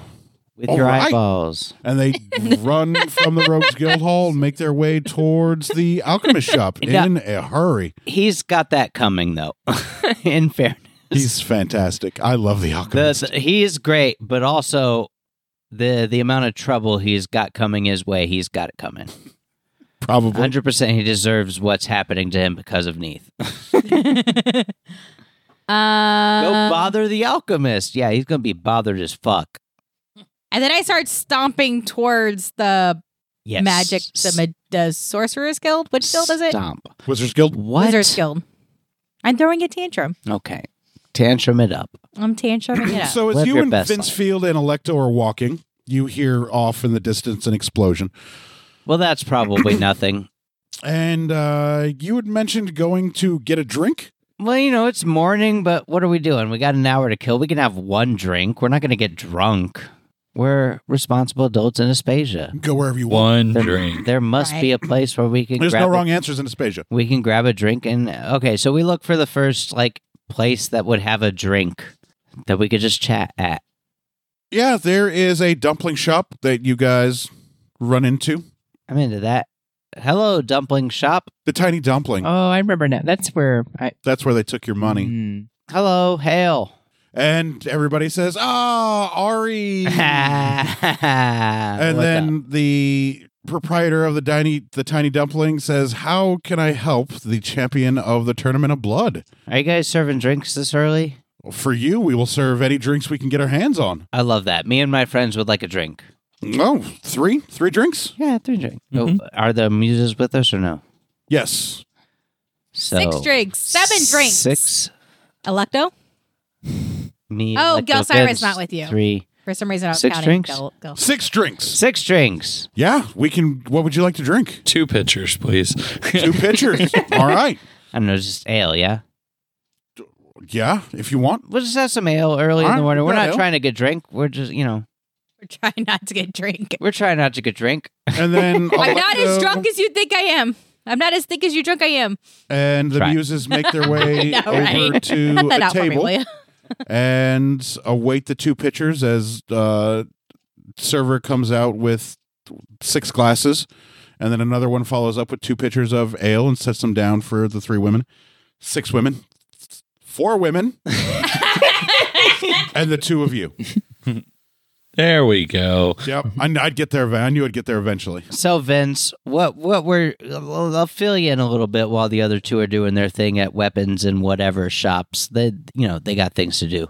Speaker 5: With
Speaker 1: All
Speaker 5: your
Speaker 1: right.
Speaker 5: eyeballs.
Speaker 1: And they run from the Rogues Guild Hall and make their way towards the alchemist shop
Speaker 5: Yeah.
Speaker 1: in a hurry.
Speaker 5: He's got that coming, though, in fairness.
Speaker 1: He's fantastic. I love the alchemist.
Speaker 5: The, the, he is great, but also the the amount of trouble he's got coming his way, he's got it coming.
Speaker 1: Probably.
Speaker 5: 100% he deserves what's happening to him because of Neith.
Speaker 2: Uh,
Speaker 5: Go bother the alchemist. Yeah, he's going to be bothered as fuck.
Speaker 2: And then I start stomping towards the
Speaker 5: Yes.
Speaker 2: magic, the, ma- the Sorcerer's Guild. Which guild is it?
Speaker 5: Stomp.
Speaker 1: Wizards Guild.
Speaker 5: What?
Speaker 2: Wizard's Guild. I'm throwing a tantrum.
Speaker 5: Okay. Tantrum it up.
Speaker 2: I'm tantruming it up.
Speaker 1: So as
Speaker 5: Live
Speaker 1: you
Speaker 5: your
Speaker 1: and
Speaker 5: best
Speaker 1: Vince
Speaker 5: life.
Speaker 1: Field and Electo are walking, you hear off in the distance an explosion.
Speaker 5: Well, that's probably nothing.
Speaker 1: And uh, you had mentioned going to get a drink.
Speaker 5: Well, you know, it's morning, but what are we doing? We got an hour to kill. We can have one drink. We're not going to get drunk. We're responsible adults in Aspasia.
Speaker 1: Go wherever you want.
Speaker 6: One
Speaker 5: There,
Speaker 6: drink.
Speaker 5: there must be a
Speaker 2: Right.
Speaker 5: place where we can
Speaker 1: There's
Speaker 5: grab
Speaker 1: no
Speaker 5: a-
Speaker 1: wrong answers in Aspasia.
Speaker 5: we can grab a drink and okay, so we look for the first like place that would have a drink that we could just chat at.
Speaker 1: Yeah, there is a dumpling shop that you guys run into.
Speaker 5: I'm into that. Hello, dumpling shop.
Speaker 1: The tiny dumpling.
Speaker 4: Oh, I remember now. That's where I
Speaker 1: That's where they took your money.
Speaker 5: Mm.
Speaker 4: Hmm.
Speaker 5: Hello, hail.
Speaker 1: And everybody says, "Ah, Ari." and
Speaker 5: and
Speaker 1: then the proprietor of the tiny the tiny dumpling says, "How can I help the champion of the tournament of blood?
Speaker 5: are you guys serving drinks this early?
Speaker 1: For you, we will serve any drinks we can get our hands on.
Speaker 5: I love that. Me and my friends would like a drink.
Speaker 1: Oh, three, three drinks?
Speaker 5: Yeah, three drinks.
Speaker 1: Mm-hmm.
Speaker 6: Mhm.
Speaker 5: Oh, are the muses with us or no?
Speaker 1: Yes.
Speaker 5: So
Speaker 2: Six drinks, seven drinks.
Speaker 5: Six.
Speaker 2: Electo?
Speaker 5: Me.
Speaker 2: Oh,
Speaker 5: Electro,
Speaker 2: Gelsira's
Speaker 5: Vince,
Speaker 2: not with you.
Speaker 5: Three.
Speaker 2: For some reason, I was
Speaker 5: Six
Speaker 2: counting.
Speaker 5: drinks?
Speaker 2: Gel- Gel-
Speaker 1: Six drinks.
Speaker 5: Six drinks.
Speaker 1: Yeah, we can. What would you like to drink?
Speaker 6: Two pitchers, please.
Speaker 1: Two pitchers. All right.
Speaker 5: I don't know, just ale. Yeah,
Speaker 1: Yeah, if you want.
Speaker 5: we'll just have some ale early in
Speaker 1: Alright,
Speaker 5: the morning.
Speaker 1: we
Speaker 5: We're
Speaker 1: got
Speaker 5: not
Speaker 1: ale.
Speaker 5: trying to get drink. We're just, you know,
Speaker 2: We're trying not to get drink.
Speaker 5: we're trying not to get drink.
Speaker 1: And then
Speaker 2: I'm not as
Speaker 1: Electo
Speaker 2: drunk as you think I am. I'm not as thick as you drunk I am.
Speaker 1: and the
Speaker 5: Try.
Speaker 1: muses make their way
Speaker 2: I know,
Speaker 1: over
Speaker 2: right?
Speaker 1: to
Speaker 2: Cut that
Speaker 1: a
Speaker 2: out for me,
Speaker 1: table
Speaker 2: will you?
Speaker 1: and await the two pitchers as uh, server comes out with six glasses, and then another one follows up with two pitchers of ale and sets them down for the three women, six women, four women, and the two of you.
Speaker 6: there we go.
Speaker 1: Yep, I, kn- I'd get there. ev- I knew I'd get there eventually.
Speaker 5: So Vince, what what we're I'll I'll fill you in a little bit while the other two are doing their thing at weapons and whatever shops. They you know they got things to do.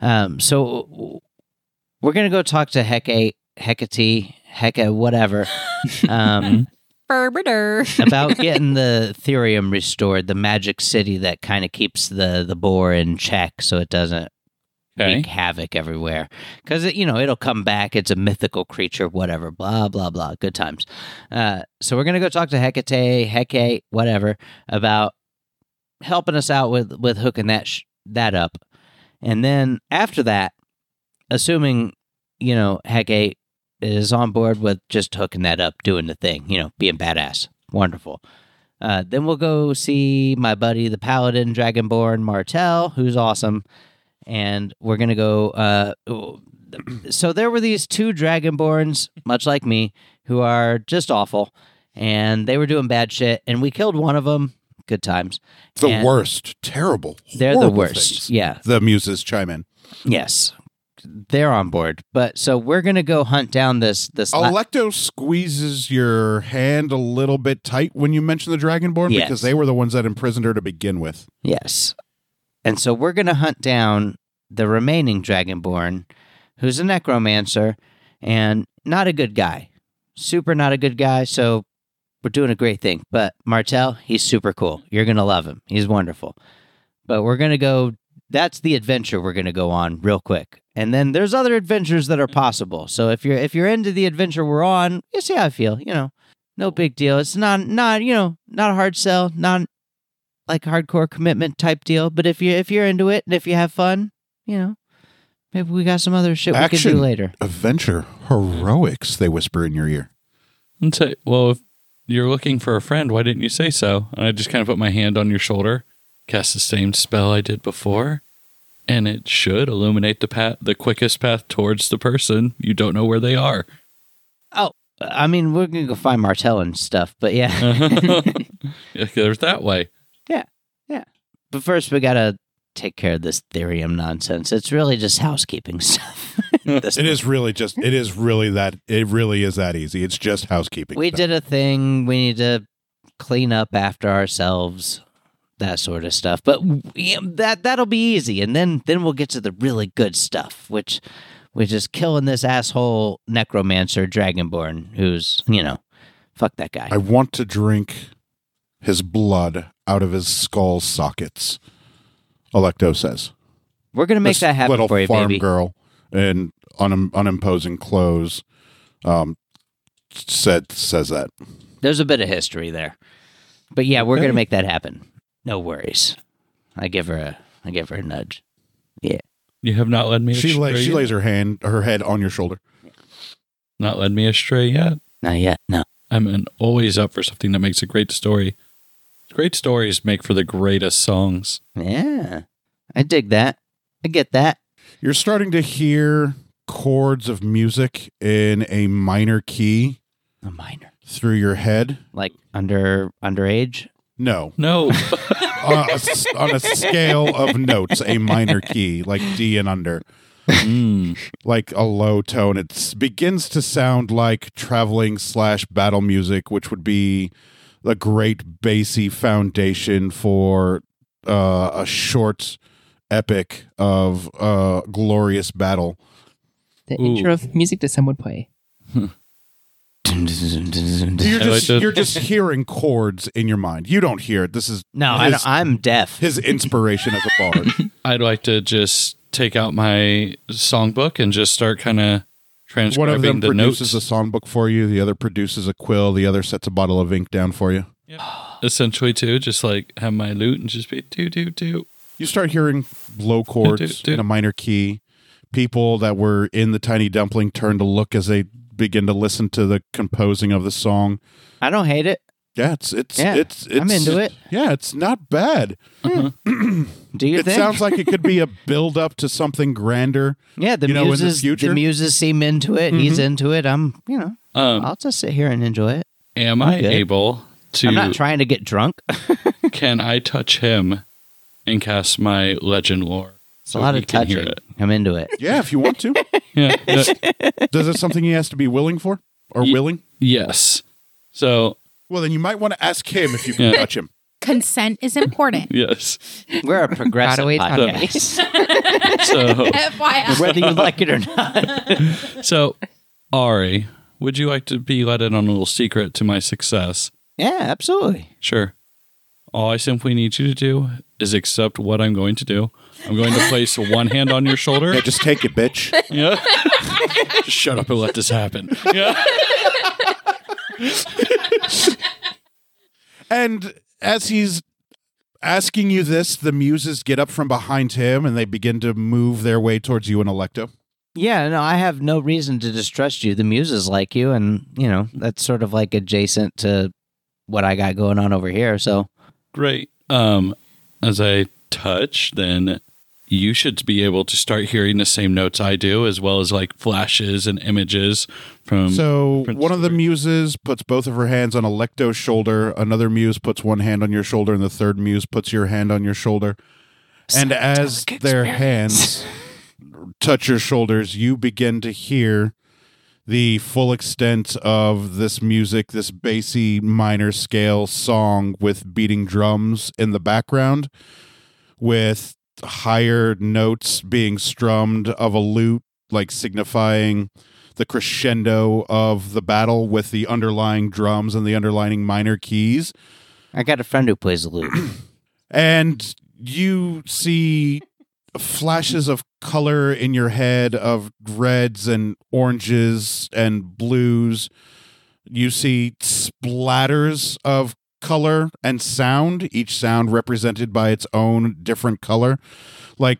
Speaker 5: Um, so we're gonna go talk to Hecate, Hecate, Hecate, whatever, um,
Speaker 2: Ferberder.
Speaker 5: about getting the Therium restored, the magic city that kind of keeps the the boar in check, so it doesn't wreak
Speaker 6: Okay.
Speaker 5: havoc everywhere. Because you know it'll come back. It's a mythical creature, whatever. Blah blah blah. Good times. Uh, so we're gonna go talk to Hecate, Hecate, whatever, about helping us out with with hooking that sh- that up, and then after that, assuming you know Hecate is on board with just hooking that up, doing the thing, you know, being badass, wonderful. Uh, then we'll go see my buddy, the Paladin Dragonborn Martel, who's awesome and we're gonna go. Uh, so there were these two dragonborns, much like me, who are just awful, and they were doing bad shit, and we killed one of them. Good times.
Speaker 1: The
Speaker 5: And
Speaker 1: worst, terrible.
Speaker 5: They're the
Speaker 1: horrible
Speaker 5: worst.
Speaker 1: things.
Speaker 5: Yeah.
Speaker 1: The muses chime in.
Speaker 5: Yes. They're on board, but so we're gonna go hunt down this this.
Speaker 1: Oh,
Speaker 5: la-
Speaker 1: Electo squeezes your hand a little bit tight when you mention the Dragonborn
Speaker 5: Yes.
Speaker 1: because they were the ones that imprisoned her to begin with.
Speaker 5: Yes. And so we're going to hunt down the remaining Dragonborn, who's a necromancer and not a good guy. Super not a good guy. So we're doing a great thing. But Martel, he's super cool. You're going to love him. He's wonderful. But we're going to go. That's the adventure we're going to go on real quick. And then there's other adventures that are possible. So if you're if you're into the adventure we're on, you see how I feel, you know. No big deal. It's not not, you know, not a hard sell, not like hardcore commitment type deal. But if you if you're into it and if you have fun, you know, maybe we got some other shit we could
Speaker 1: Action.
Speaker 5: do later.
Speaker 1: Adventure heroics, they whisper in your ear.
Speaker 6: And say, well, if you're looking for a friend, why didn't you say so? And I just kind of put my hand on your shoulder cast the same spell I did before, and it should illuminate the path, the quickest path towards the person. You don't know where they are.
Speaker 5: I mean, we're gonna go find Martell and stuff, but yeah,
Speaker 6: Yeah, There's that way.
Speaker 5: but first we gotta take care of this therium nonsense. It's really just housekeeping stuff. This-
Speaker 1: It is really just. It is really that. It really is that easy. It's just housekeeping.
Speaker 5: We
Speaker 1: stuff.
Speaker 5: did a thing. We need to clean up after ourselves, that sort of stuff. But we- that that'll be easy, and then then we'll get to the really good stuff, which which is killing this asshole necromancer dragonborn, who's you know, fuck that guy.
Speaker 1: I want to drink his blood out of his skull sockets. Electo says.
Speaker 5: We're gonna make
Speaker 1: This
Speaker 5: that happen
Speaker 1: little
Speaker 5: for you,
Speaker 1: farm
Speaker 5: baby.
Speaker 1: girl in unim- unimposing clothes, um, said says that.
Speaker 5: There's a bit of history there, but yeah, we're gonna make that happen. No worries. I give her a I give her a nudge.
Speaker 6: You have not led me
Speaker 1: She
Speaker 6: astray.
Speaker 1: lay, she
Speaker 6: yet.
Speaker 1: lays her hand her head on your shoulder.
Speaker 6: not led me astray yet.
Speaker 5: Not yet. No.
Speaker 6: I'm an, always up for something that makes a great story. Great stories make for the greatest songs.
Speaker 5: Yeah, I dig that. I get that.
Speaker 1: You're starting to hear chords of music in a minor key
Speaker 5: A minor.
Speaker 1: through your head.
Speaker 5: Like under underage?
Speaker 1: No,
Speaker 6: No,
Speaker 1: on a, s- on a scale of notes, a minor key like D and under,
Speaker 6: Mm.
Speaker 1: like a low tone. It s- begins to sound like traveling slash battle music, which would be the great bassy foundation for uh, a short epic of uh, glorious battle.
Speaker 4: The
Speaker 6: Ooh.
Speaker 4: intro of music that someone play.
Speaker 1: You're
Speaker 6: I
Speaker 1: just
Speaker 6: like to-
Speaker 1: you're just hearing chords in your mind. You don't hear it. This is
Speaker 5: No, I don't, I'm deaf.
Speaker 1: his inspiration as a bard.
Speaker 6: I'd like to just take out my songbook and just start kind of
Speaker 1: One
Speaker 6: transcribing
Speaker 1: of them
Speaker 6: the
Speaker 1: produces
Speaker 6: notes.
Speaker 1: a songbook for you. The other produces a quill. The other sets a bottle of ink down for you.
Speaker 6: essentially too, just like have my loot and just be do do do.
Speaker 1: You start hearing low chords
Speaker 6: do-
Speaker 1: in a minor key. People that were in the tiny dumpling turn to look as they begin to listen to the composing of the song.
Speaker 5: I don't hate it.
Speaker 1: Yeah, it's it's
Speaker 5: Yeah,
Speaker 1: it's, it's
Speaker 5: I'm into it.
Speaker 1: Yeah, it's not bad.
Speaker 5: Do you
Speaker 1: It
Speaker 5: think?
Speaker 1: sounds like it could be a build up to something grander.
Speaker 5: yeah, the
Speaker 1: you know, in the
Speaker 5: muses. the,
Speaker 1: future- Mm-hmm.
Speaker 5: muses seem into it. He's into it. I'm, you know,
Speaker 6: Um,
Speaker 5: I'll just sit here and enjoy it.
Speaker 6: am I
Speaker 5: good.
Speaker 6: able to?
Speaker 5: I'm not trying to get drunk.
Speaker 6: can I touch him and cast my legend lore?
Speaker 5: It's a lot
Speaker 6: he
Speaker 5: of
Speaker 6: can hear
Speaker 5: touching.
Speaker 6: it.
Speaker 5: I'm into it.
Speaker 1: Yeah, if you want to.
Speaker 6: Yeah. that-
Speaker 1: Does it something he has to be willing for or
Speaker 6: Ye-
Speaker 1: willing?
Speaker 6: yes. So
Speaker 1: Well, then you might want to ask him if you can
Speaker 6: Yeah.
Speaker 1: touch him.
Speaker 2: Consent is important.
Speaker 6: yes.
Speaker 5: We're a progressive
Speaker 4: Broadway
Speaker 5: podcast.
Speaker 6: So
Speaker 2: FYI.
Speaker 5: Whether you like it or not.
Speaker 6: so Ari, would you like to be let in on a little secret to my success?
Speaker 5: Yeah, absolutely.
Speaker 6: Sure. All I simply need you to do is accept what I'm going to do. I'm going to place one hand on your shoulder.
Speaker 1: Yeah, just take it, bitch.
Speaker 6: Yeah. Just shut up and let this happen. Yeah.
Speaker 1: And as he's asking you this, the muses get up from behind him and they begin to move their way towards you and Electo.
Speaker 5: Yeah, no, I have no reason to distrust you. The muses like you, and you know that's sort of like adjacent to what I got going on over here. So
Speaker 6: Great. Um, as I touch, then you should be able to start hearing the same notes I do, as well as like flashes and images from.
Speaker 1: So
Speaker 6: Prince
Speaker 1: one of the
Speaker 6: Albert.
Speaker 1: muses puts both of her hands on Electo's shoulder. Another muse puts one hand on your shoulder, and the third muse puts your hand on your shoulder. And as their hands touch your shoulders, you begin to hear the full extent of this music, this bassy minor scale song with beating drums in the background, with higher notes being strummed of a lute, like signifying the crescendo of the battle with the underlying drums and the underlining minor keys.
Speaker 5: I got a friend who plays the lute.
Speaker 1: And you see flashes of color in your head of reds and oranges and blues. You see splatters of color and sound, each sound represented by its own different color. Like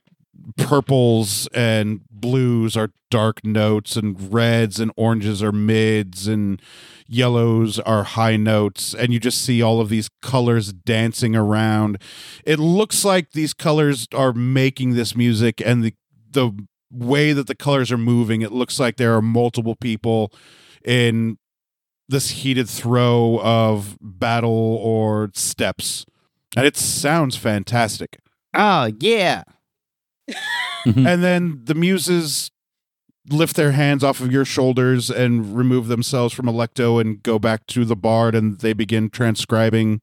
Speaker 1: purples and blues are dark notes and reds and oranges are mids and yellows are high notes and you just see all of these colors dancing around it looks like these colors are making this music and the the way that the colors are moving it looks like there are multiple people in this heated throw of battle or steps and it sounds fantastic
Speaker 3: Oh, yeah.
Speaker 1: and then the muses lift their hands off of your shoulders and remove themselves from Electo and go back to the bard, and they begin transcribing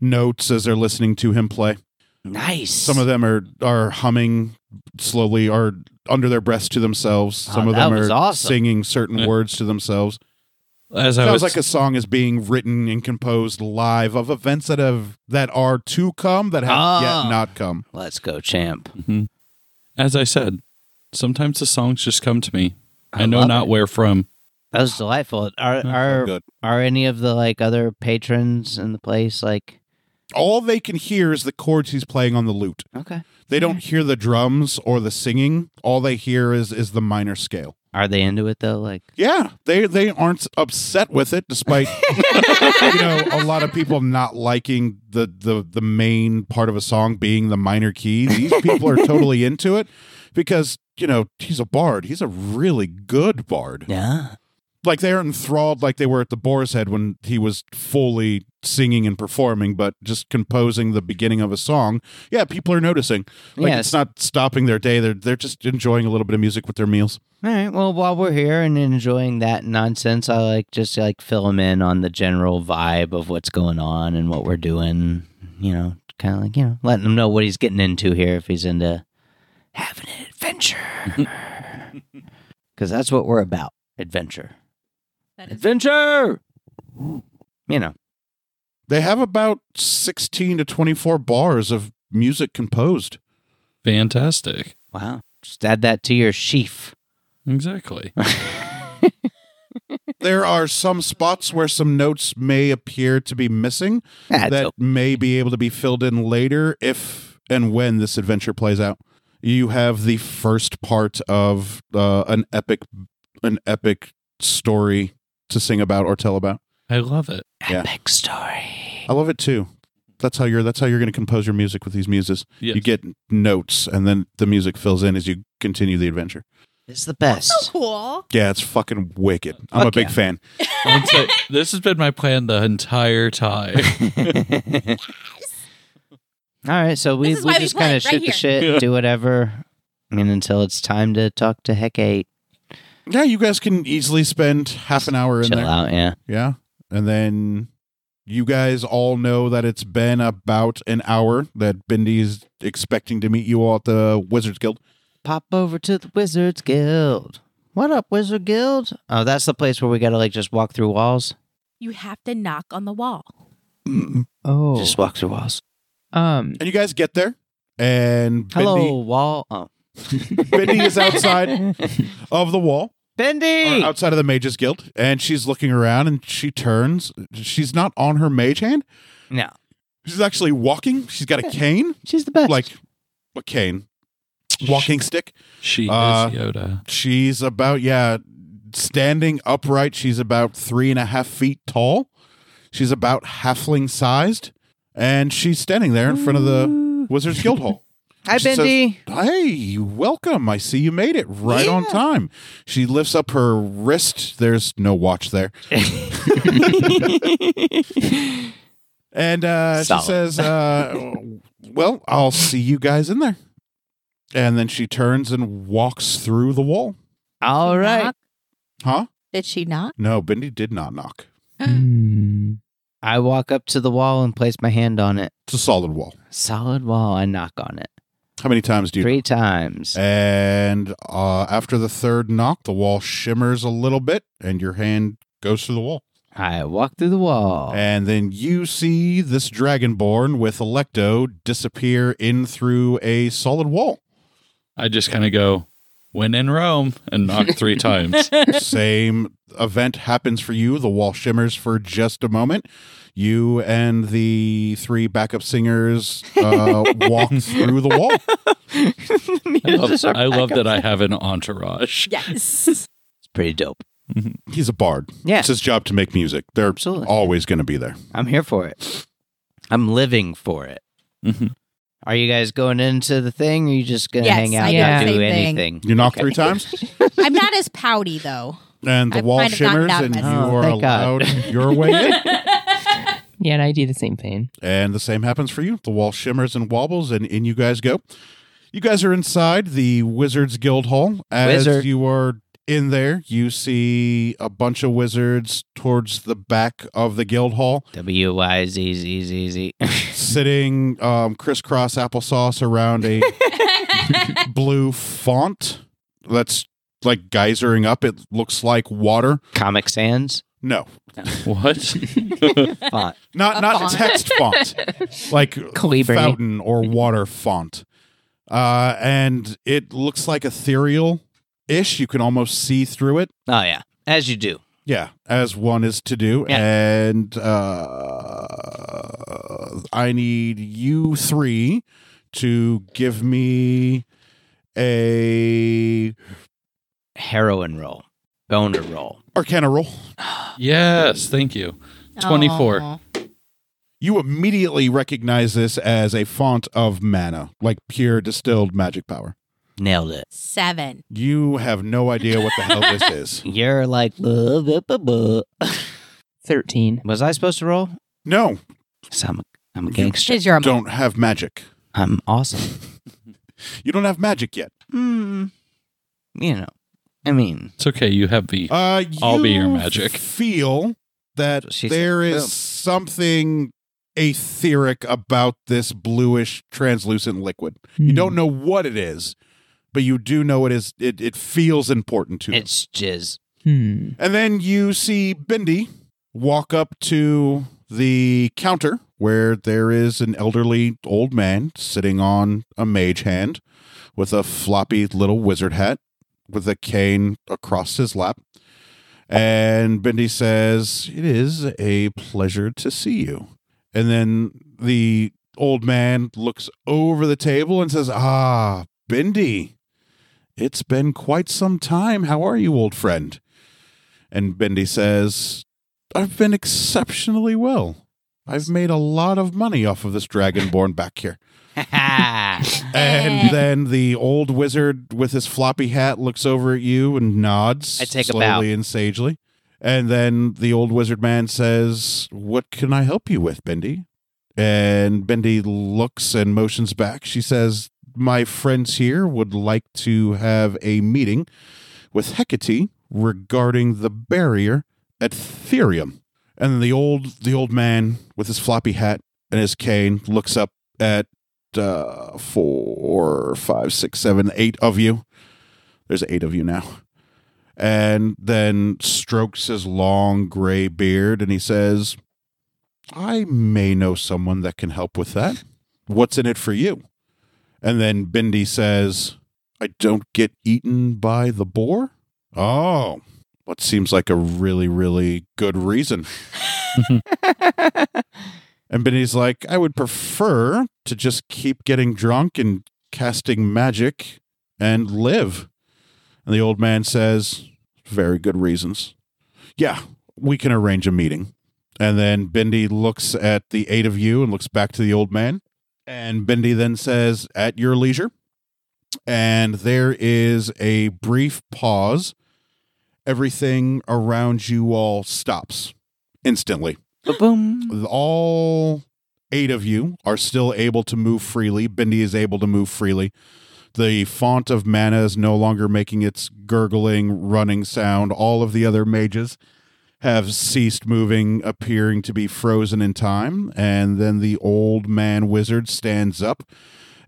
Speaker 1: notes as they're listening to him play.
Speaker 5: Nice.
Speaker 1: Some of them are are humming slowly or under their breath to themselves.
Speaker 5: Oh,
Speaker 1: Some of
Speaker 5: that
Speaker 1: them
Speaker 5: was
Speaker 1: are
Speaker 5: awesome.
Speaker 1: singing certain
Speaker 6: Uh,
Speaker 1: words to themselves.
Speaker 6: As I
Speaker 1: Sounds
Speaker 6: was
Speaker 1: like a song is being written and composed live of events that have that are to come that have
Speaker 5: Ah.
Speaker 1: yet not come.
Speaker 5: Let's go, champ.
Speaker 6: Mhm. as I said, sometimes the songs just come to me. I,
Speaker 5: I
Speaker 6: know
Speaker 5: love
Speaker 6: not
Speaker 5: it.
Speaker 6: where from.
Speaker 5: That was delightful. Are are
Speaker 1: good.
Speaker 5: are any of the like other patrons in the place like
Speaker 1: All they can hear is the chords he's playing on the lute.
Speaker 5: okay?
Speaker 1: They don't
Speaker 5: Hmm.
Speaker 1: hear the drums or the singing. All they hear is is the minor scale.
Speaker 5: Are they into it though? Like
Speaker 1: Yeah, they they aren't upset with it, despite you know a lot of people not liking the the the main part of a song being the minor key. These people are totally into it because you know he's a bard. He's a really good bard.
Speaker 5: yeah,
Speaker 1: Like they aren't enthralled like they were at the Boar's Head when he was fully singing and performing, but just composing the beginning of a song. Yeah, people are noticing. Like
Speaker 5: yes.
Speaker 1: it's not stopping their day. They're they're just enjoying a little bit of music with their meals.
Speaker 5: All right. Well, while we're here and enjoying that nonsense, I like just like fill them in on the general vibe of what's going on and what we're doing. You know, kind of like you know, letting him know what he's getting into here if he's into having an adventure, because that's what we're about: adventure,
Speaker 2: That is-
Speaker 5: adventure. You know,
Speaker 1: They have about sixteen to twenty four bars of music composed.
Speaker 6: Fantastic.
Speaker 5: wow. Just add that to your sheaf.
Speaker 6: Exactly.
Speaker 1: There are some spots where some notes may appear to be missing
Speaker 5: That's
Speaker 1: that
Speaker 5: o-
Speaker 1: may be able to be filled in later if and when this adventure plays out. You have the first part of uh, an epic an epic story to sing about or tell about.
Speaker 6: I love it.
Speaker 1: yeah.
Speaker 5: epic story.
Speaker 1: I love it too. That's how you're that's how you're going to compose your music with these muses.
Speaker 6: Yes.
Speaker 1: You get notes, and then the music fills in as you continue the adventure.
Speaker 5: It's the best.
Speaker 2: so cool.
Speaker 1: Yeah, it's fucking wicked. I'm a
Speaker 5: Fuck
Speaker 1: big
Speaker 5: yeah.
Speaker 1: fan.
Speaker 6: Once I- this has been my plan the entire time.
Speaker 5: All right, so we,
Speaker 2: This is
Speaker 5: we
Speaker 2: why we
Speaker 5: just
Speaker 2: play, right
Speaker 5: kind of shoot
Speaker 2: here.
Speaker 5: the shit,
Speaker 6: Yeah.
Speaker 5: do whatever. I mean, until it's time to talk to Hecate.
Speaker 1: Yeah, you guys can easily spend half an hour in
Speaker 5: Chill
Speaker 1: there.
Speaker 5: out, yeah.
Speaker 1: Yeah, and then you guys all know that it's been about an hour that Bindy's expecting to meet you all at the Wizards Guild.
Speaker 5: Pop over to the Wizards Guild. What up, Wizard Guild? Oh, that's the place where we gotta like just walk through walls.
Speaker 2: You have to knock on the wall.
Speaker 4: Oh.
Speaker 5: Just walk through walls.
Speaker 4: um.
Speaker 1: And you guys get there, and
Speaker 5: Hello,
Speaker 1: Bendy,
Speaker 5: wall. Oh,
Speaker 1: Bendy is outside of the wall.
Speaker 5: Bendy.
Speaker 1: are outside of the Mages Guild, and she's looking around, and she turns. She's not on her mage hand.
Speaker 5: No.
Speaker 1: she's actually walking. She's got a cane,
Speaker 5: She's the best.
Speaker 1: like a cane, walking stick.
Speaker 6: She
Speaker 1: Uh,
Speaker 6: is Yoda.
Speaker 1: She's about yeah, standing upright. She's about three and a half feet tall. She's about halfling sized, and she's standing there in front of the Wizards Guild Hall.
Speaker 5: Hi,
Speaker 1: she says-
Speaker 5: Bendy.
Speaker 1: Hey, welcome. I see you made it right on
Speaker 5: Yeah.
Speaker 1: time. She lifts up her wrist. There's no watch there. and uh, she
Speaker 5: Solid.
Speaker 1: says, uh, Well, I'll see you guys in there. And then she turns and walks through the wall.
Speaker 5: All right.
Speaker 2: Knock.
Speaker 1: Huh?
Speaker 2: Did she knock?
Speaker 1: No, Bindi did not knock.
Speaker 4: mm,
Speaker 5: I walk up to the wall and place my hand on it.
Speaker 1: It's a solid wall.
Speaker 5: Solid wall. I knock on it
Speaker 1: How many times do you?
Speaker 5: three
Speaker 1: Eh.
Speaker 5: times.
Speaker 1: And uh, after the third knock, the wall shimmers a little bit, and your hand goes through the wall.
Speaker 5: I walk through the wall.
Speaker 1: And then you see this dragonborn with Electo disappear in through a solid wall.
Speaker 6: I just kind of go, when in Rome, and knock three times.
Speaker 1: Same event happens for you. The wall shimmers for just a moment. You and the three backup singers uh, walk through the wall.
Speaker 6: I love, I love that I have an entourage.
Speaker 2: Yes.
Speaker 5: It's pretty dope.
Speaker 1: He's a bard.
Speaker 5: Yeah.
Speaker 1: It's his job to make music. They're
Speaker 5: Absolutely.
Speaker 1: always going to be there.
Speaker 5: I'm here for it. I'm living for it.
Speaker 6: Mhm.
Speaker 5: Are you guys going into the thing? Or are you just gonna
Speaker 2: Yes,
Speaker 5: hang out
Speaker 2: I
Speaker 5: and
Speaker 4: did
Speaker 5: not
Speaker 4: the
Speaker 5: do
Speaker 2: same thing.
Speaker 5: anything?
Speaker 1: You knock three times,
Speaker 2: I'm not as pouty though.
Speaker 1: and the
Speaker 2: I've
Speaker 1: wall
Speaker 2: kind of gotten
Speaker 1: shimmers,
Speaker 2: that
Speaker 1: and you
Speaker 2: message.
Speaker 5: Oh,
Speaker 1: are
Speaker 5: thank God.
Speaker 1: allowed your way in.
Speaker 4: Yeah, and I do the same thing.
Speaker 1: And the same happens for you. The wall shimmers and wobbles, and in you guys go. You guys are inside the Wizards Guild Hall. As
Speaker 5: Wizard.
Speaker 1: you are in there, you see a bunch of wizards towards the back of the Guild Hall,
Speaker 5: W Y Z Z Z Z.
Speaker 1: sitting um, crisscross applesauce around a blue font that's like geysering up. It looks like water.
Speaker 5: Comic Sans
Speaker 1: No,
Speaker 6: What?
Speaker 5: font.
Speaker 1: not
Speaker 2: A
Speaker 1: not
Speaker 2: font.
Speaker 1: text font, like
Speaker 5: Kleber.
Speaker 1: fountain or water font. Uh, and it looks like ethereal ish. You can almost see through it.
Speaker 5: Oh yeah, as you do.
Speaker 1: Yeah, as one is to do.
Speaker 5: Yeah.
Speaker 1: And uh, I need you three to give me a
Speaker 5: Heroin roll, boner roll.
Speaker 1: arcana roll.
Speaker 6: yes, thank you. 24.
Speaker 2: Aw.
Speaker 1: You immediately recognize this as a font of mana, like pure distilled magic power.
Speaker 5: Nailed it.
Speaker 2: Seven.
Speaker 1: You have no idea what the hell this is.
Speaker 5: You're like. "Buh, buh, buh, buh."
Speaker 4: 13.
Speaker 5: Was I supposed to roll?
Speaker 1: No,
Speaker 5: 'Cause I'm a, I'm a gangster.
Speaker 2: Is your
Speaker 1: don't have magic.
Speaker 5: I'm awesome.
Speaker 1: You don't have magic yet.
Speaker 5: Mm, you know, I mean,
Speaker 6: It's okay. You have V.
Speaker 1: Uh,
Speaker 6: I'll be
Speaker 1: you
Speaker 6: your magic.
Speaker 1: Feel that
Speaker 5: She's-
Speaker 1: there is
Speaker 5: boom.
Speaker 1: something etheric about this bluish translucent liquid. You
Speaker 4: Mm.
Speaker 6: Hmm.
Speaker 1: don't know what it is, but you do know it is. It, it feels important to you.
Speaker 5: it's jizz.
Speaker 4: Hmm.
Speaker 1: And then you see Bindi walk up to the counter where there is an elderly old man sitting on a mage hand with a floppy little wizard hat with a cane across his lap. And Bindi says, It is a pleasure to see you. And then the old man looks over the table and says, Ah, Bindi, it's been quite some time. How are you, old friend? And Bendy says, I've been exceptionally well. I've made a lot of money off of this dragonborn back here. And then the old wizard with his floppy hat looks over at you and nods
Speaker 5: I take a
Speaker 1: slowly
Speaker 5: bow.
Speaker 1: and sagely. And then the old wizard man says, What can I help you with, Bendy? And Bendy looks and motions back. She says, My friends here would like to have a meeting with Hecate regarding the barrier at Therium. And the old the old man with his floppy hat and his cane looks up at uh, four, five, six, seven, eight of you. There's eight of you now. And then strokes his long gray beard and he says, I may know someone that can help with that. What's in it for you? And then Bindi says, I don't get eaten by the boar? Oh, what seems like a really, really good reason. And Benny's like, I would prefer to just keep getting drunk and casting magic and live. And the old man says, Very good reasons. Yeah, we can arrange a meeting. And then Bendy looks at the eight of you and looks back to the old man. And Bendy then says, At your leisure. And there is a brief pause. Everything around you all stops instantly
Speaker 5: boom.
Speaker 1: Mm-hmm. all eight of you are still able to move freely. Bindi is able to move freely. The font of mana is no longer making its gurgling, running sound. All of the other mages have ceased moving, appearing to be frozen in time. And then the old man wizard stands up,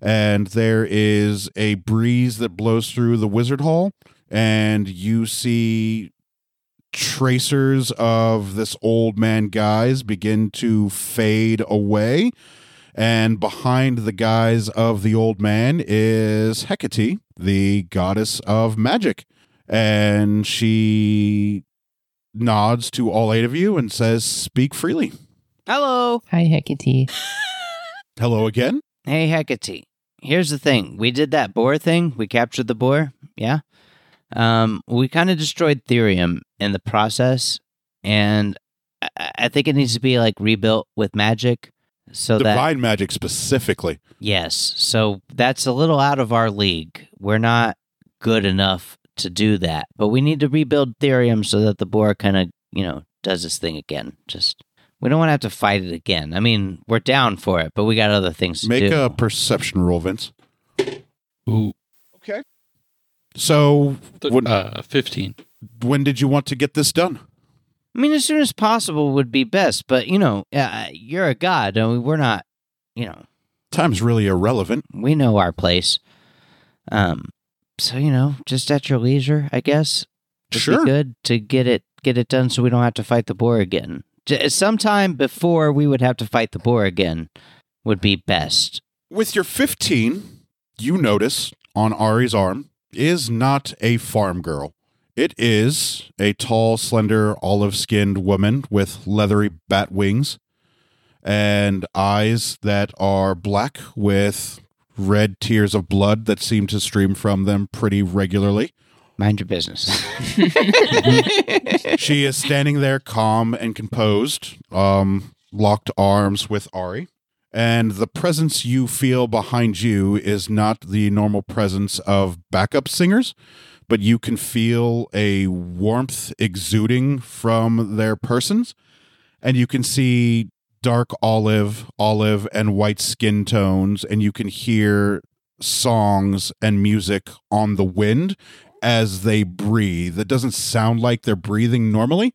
Speaker 1: and there is a breeze that blows through the wizard hall, and you see tracers of this old man guise begin to fade away. And behind the guise of the old man is Hecate, the goddess of magic. And she nods to all eight of you and says, Speak freely.
Speaker 5: Hello.
Speaker 4: Hi, Hecate.
Speaker 1: Hello again.
Speaker 5: Hey Hecate. here's the thing. We did that boar thing. We captured the boar. Yeah. Um, we kind of destroyed Therium in the process, and I-, I think it needs to be like rebuilt with magic. So that
Speaker 1: Divine magic specifically.
Speaker 5: Yes. So that's a little out of our league. We're not good enough to do that. But we need to rebuild Therium so that the boar kind of, you know, does this thing again. Just we don't want to have to fight it again. I mean, we're down for it, but we got other things to
Speaker 1: Make
Speaker 5: do.
Speaker 1: a perception roll, Vince.
Speaker 6: Ooh,
Speaker 1: So,
Speaker 6: th-
Speaker 1: Wouldn't-
Speaker 6: uh, 15.
Speaker 1: when did you want to get this done?
Speaker 5: I mean, as soon as possible would be best, but you know, uh, you're a god, and we're not. You know,
Speaker 1: Time's really irrelevant.
Speaker 5: we know our place. Um, so you know, just at your leisure, I guess. It'd
Speaker 1: Sure.
Speaker 5: be good to get it get it done, so we don't have to fight the boar again. J- sometime before we would have to fight the boar again would be best.
Speaker 1: With your 15, you notice on Ari's arm is not a farm girl. It is a tall, slender, olive skinned woman with leathery bat wings and eyes that are black with red tears of blood that seem to stream from them pretty regularly.
Speaker 5: Mind your business.
Speaker 1: she is standing there calm and composed, um, locked arms with Ari. And the presence you feel behind you is not the normal presence of backup singers, but you can feel a warmth exuding from their persons. And you can see dark olive, olive, and white skin tones, and you can hear songs and music on the wind as they breathe. It doesn't sound like they're breathing normally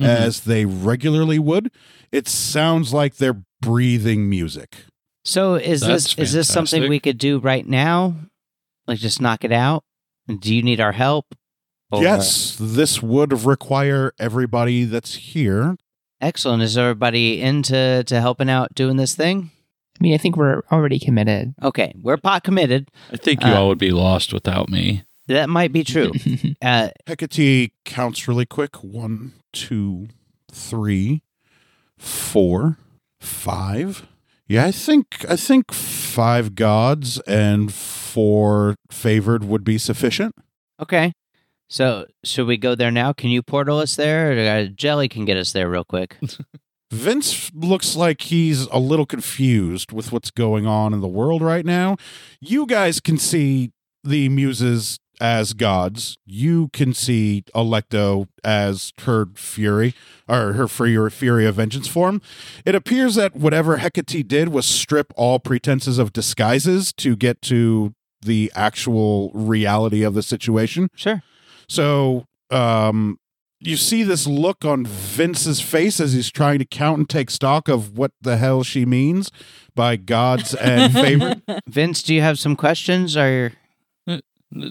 Speaker 6: Mhm.
Speaker 1: as they regularly would. It sounds like they're breathing music.
Speaker 5: So is this
Speaker 6: That's
Speaker 5: is this something
Speaker 6: fantastic.
Speaker 5: we could do right now? Like just knock it out? Do you need our help? Or-
Speaker 1: Yes, this would require everybody that's here.
Speaker 5: Excellent. Is everybody into to helping out doing this thing?
Speaker 4: I mean, I think we're already committed.
Speaker 5: Okay, we're pot committed.
Speaker 6: I think you
Speaker 5: Uh,
Speaker 6: all would be lost without me.
Speaker 5: That might be true. Uh,
Speaker 1: Hecate counts really quick one, two, three, four, five. Yeah, I think I think five gods and four favored would be sufficient.
Speaker 5: okay. So should we go there now? Can you portal us there? Or, uh, Jelly can get us there real quick.
Speaker 1: Vince looks like he's a little confused with what's going on in the world right now. You guys can see the muses as gods. You can see Electo as her fury or her fury, fury of vengeance form. It appears that whatever Hecate did was strip all pretenses of disguises to get to the actual reality of the situation.
Speaker 5: Sure.
Speaker 1: So, um, you see this look on Vince's face as he's trying to count and take stock of what the hell she means by gods and favor.
Speaker 5: Vince, do you have some questions? Or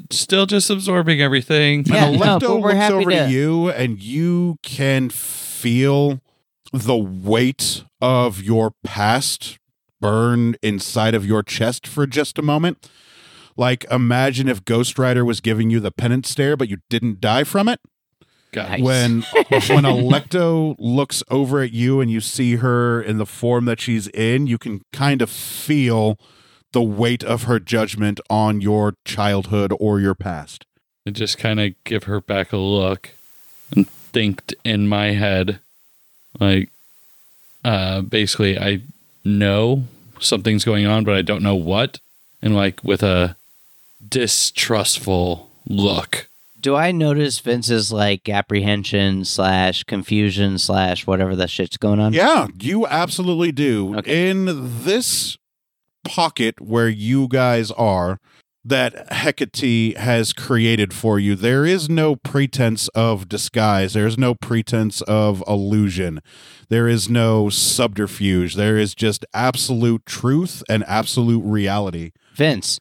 Speaker 6: Still just absorbing everything.
Speaker 5: Yeah,
Speaker 1: and
Speaker 5: no,
Speaker 1: Alecto
Speaker 5: but we're
Speaker 1: looks
Speaker 5: happy
Speaker 1: over to
Speaker 5: to-
Speaker 1: you, and you can feel the weight of your past burn inside of your chest for just a moment. Like, imagine if Ghost Rider was giving you the penance stare, but you didn't die from it.
Speaker 6: God.
Speaker 5: Nice.
Speaker 1: when when Electo looks over at you and you see her in the form that she's in, you can kind of feel the weight of her judgment on your childhood or your past.
Speaker 6: I just kind of give her back a look and think in my head, like, uh, basically, I know something's going on, but I don't know what. And like with a distrustful look.
Speaker 5: do I notice Vince's like apprehension slash confusion slash whatever that shit's going on?
Speaker 1: Yeah, you absolutely do.
Speaker 5: Okay.
Speaker 1: In this pocket where you guys are that Hecate has created for you, there is no pretense of disguise. There is no pretense of illusion. There is no subterfuge. There is just absolute truth and absolute reality.
Speaker 5: Vince,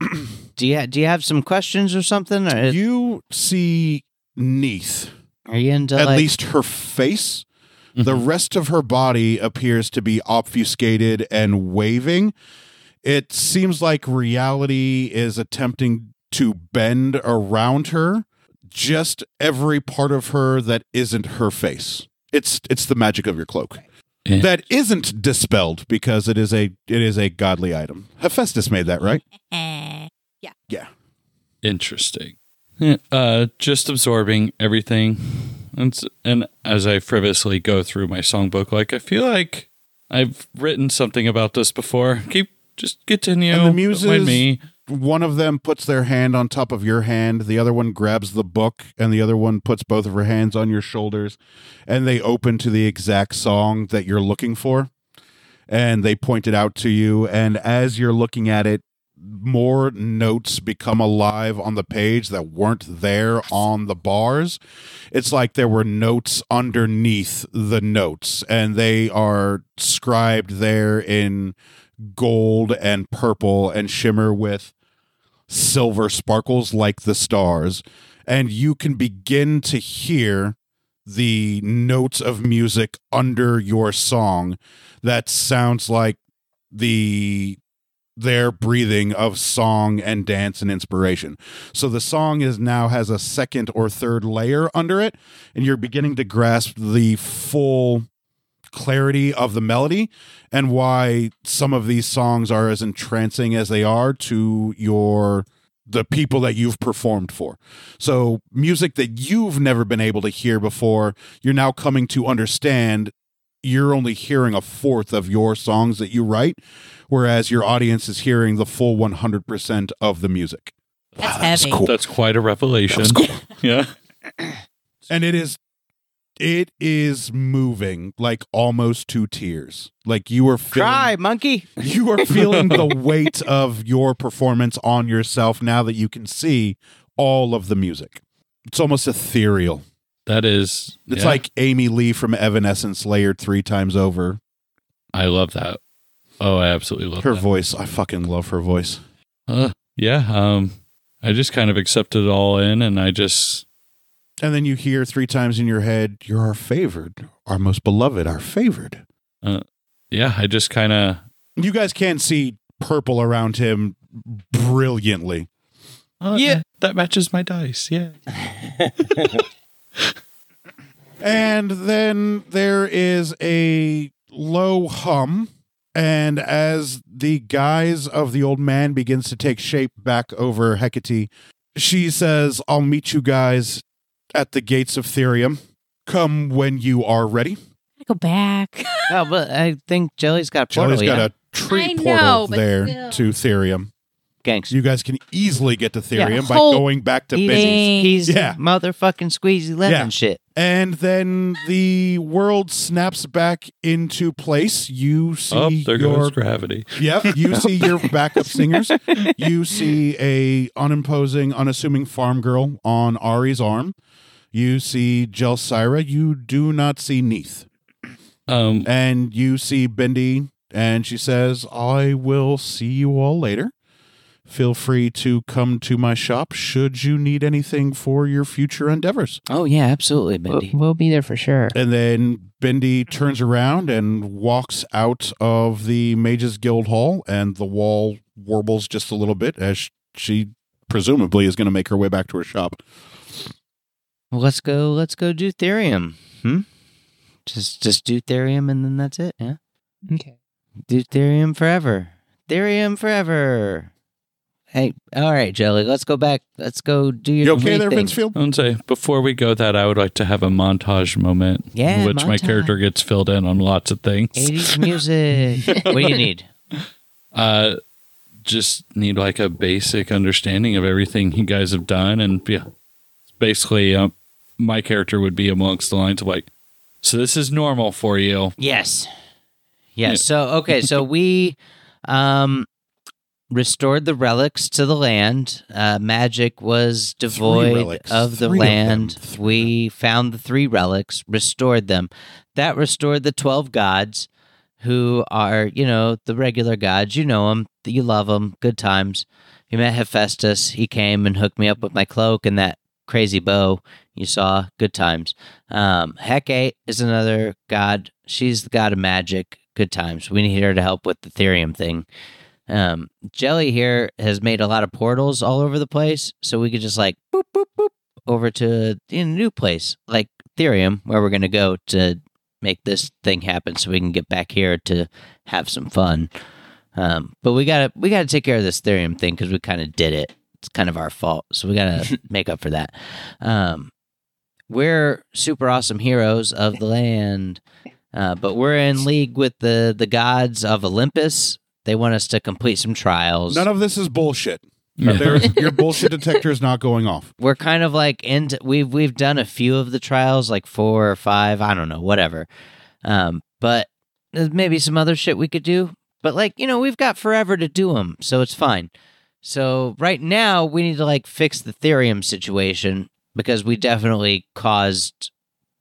Speaker 5: do you do you have some questions or something? Or
Speaker 1: You see Neith,
Speaker 5: are you into
Speaker 1: at
Speaker 5: uh, like,
Speaker 1: least her face. The rest of her body appears to be obfuscated and waving. It seems like reality is attempting to bend around her, just every part of her that isn't her face. It's it's the magic of your cloak.
Speaker 6: Eh.
Speaker 1: that isn't dispelled because it is a it is a godly item. Hephaestus made that, right?
Speaker 2: Eh.
Speaker 6: Interesting. Yeah, Uh, just absorbing everything. And, s- and as I frivolously go through my songbook, like, I feel like I've written something about this before. Keep, just continue.
Speaker 1: And the
Speaker 6: Remind
Speaker 1: muses-
Speaker 6: me.
Speaker 1: One of them puts their hand on top of your hand, the other one grabs the book, and the other one puts both of her hands on your shoulders, and they open to the exact song that you're looking for. And they point it out to you, and as you're looking at it, more notes become alive on the page that weren't there on the bars. It's like there were notes underneath the notes, and they are scribed there in gold and purple and shimmer with silver sparkles like the stars. And you can begin to hear the notes of music under your song that sounds like the their breathing of song and dance and inspiration. So the song is now has a second or third layer under it and you're beginning to grasp the full clarity of the melody and why some of these songs are as entrancing as they are to your the people that you've performed for. So music that you've never been able to hear before, you're now coming to understand you're only hearing a fourth of your songs that you write, whereas your audience is hearing the full 100% of the music. Ah,
Speaker 2: That's heavy.
Speaker 6: That's quite a revelation. yeah.
Speaker 1: and it is it is moving like almost to tears like you are feeling,
Speaker 5: monkey.
Speaker 1: you are feeling the weight of your performance on yourself now that you can see all of the music it's almost ethereal
Speaker 6: That is.
Speaker 1: it's
Speaker 6: yeah,
Speaker 1: like amy lee from evanescence layered three times over
Speaker 6: I love that. Oh, I absolutely love
Speaker 1: her
Speaker 6: that.
Speaker 1: voice i fucking love her voice
Speaker 6: Uh, yeah. Um, I just kind of accepted it all in, and I just
Speaker 1: and then you hear three times in your head you're our favored our most beloved our favored
Speaker 6: yeah, I just kind of
Speaker 1: you guys can see purple around him brilliantly
Speaker 6: yeah. uh, That matches my dice. Yeah.
Speaker 1: And then there is a low hum. And as the guise of the old man begins to take shape back over Hecate, she says, I'll meet you guys at the gates of Therium. Come when you are ready.
Speaker 2: Go back.
Speaker 5: Oh, but I think Jelly's got portal.
Speaker 1: Johnny's got
Speaker 5: yeah?
Speaker 1: a tree
Speaker 2: I
Speaker 1: portal
Speaker 2: know, but
Speaker 1: there
Speaker 2: still.
Speaker 1: to Therium.
Speaker 5: Gangsta.
Speaker 1: You guys can easily get to
Speaker 2: Yeah,
Speaker 1: Therium by
Speaker 2: whole-
Speaker 1: going back to
Speaker 5: He's,
Speaker 1: Benny's.
Speaker 5: he's
Speaker 1: Yeah.
Speaker 5: motherfucking squeezy lemon
Speaker 1: Yeah.
Speaker 5: shit.
Speaker 1: And then the world snaps back into place. You see
Speaker 6: Up Oh, there
Speaker 1: your
Speaker 6: goes gravity.
Speaker 1: Yep, you see your backup singers. You see a unimposing, unassuming farm girl on Ari's arm. You see Jelsira. You do not see Neith,
Speaker 6: Um,
Speaker 1: and you see Bendy, and she says, "I will see you all later. Feel free to come to my shop should you need anything for your future endeavors."
Speaker 5: Oh yeah, absolutely, Mindy.
Speaker 4: We'll be there for sure.
Speaker 1: And then Bendy turns around and walks out of the Mages Guild Hall, and the wall warbles just a little bit as sh- she presumably is going to make her way back to her shop.
Speaker 5: Well, let's go. Let's go do Therium. Hmm. Just just do Therium and then that's it. Yeah.
Speaker 4: Okay.
Speaker 5: Do Therium forever. Therium forever. Hey, all right, Jelly. Let's go back. Let's go do your
Speaker 1: You okay
Speaker 5: Lee
Speaker 1: there,
Speaker 5: thing.
Speaker 1: Vincefield?
Speaker 6: I would say before we go that I would like to have a montage moment
Speaker 5: Yeah,
Speaker 6: in which my
Speaker 5: montage.
Speaker 6: character gets filled in on lots of things.
Speaker 5: 80s music. what do you need?
Speaker 6: Uh just need like a basic understanding of everything you guys have done and yeah. Basically um, my character would be amongst the lines of like so this is normal for you.
Speaker 5: Yes. Yes. So okay, so we um restored the relics to the land. Uh magic was devoid
Speaker 1: relics.
Speaker 5: of the
Speaker 1: Three of
Speaker 5: land.
Speaker 1: them. Three.
Speaker 5: we found the three relics, restored them. That restored the 12 gods who are, you know, the regular gods. You know them, you love them, good times. We met Hephaestus. He came and hooked me up with my cloak and that crazy bow you saw. Good times. Um, Hecate is another god. She's the god of magic. Good times. We need her to help with the Therium thing. Um, Jelly here has made a lot of portals all over the place, so we could just like boop boop boop over to a new place like Therium, where we're gonna go to make this thing happen so we can get back here to have some fun. Um, but we gotta we gotta take care of this therium thing because we kind of did it. It's kind of our fault, so we gotta make up for that. Um, we're super awesome heroes of the land, uh, but we're in league with the the gods of Olympus. They want us to complete some trials.
Speaker 1: None of this is bullshit.
Speaker 6: Yeah.
Speaker 1: There's, your bullshit detector is not going off.
Speaker 5: we're kind of like into we've we've done a few of the trials like four or five i don't know whatever um but there's maybe some other shit we could do but like you know we've got forever to do them so it's fine so right now we need to like fix the therium situation because we definitely caused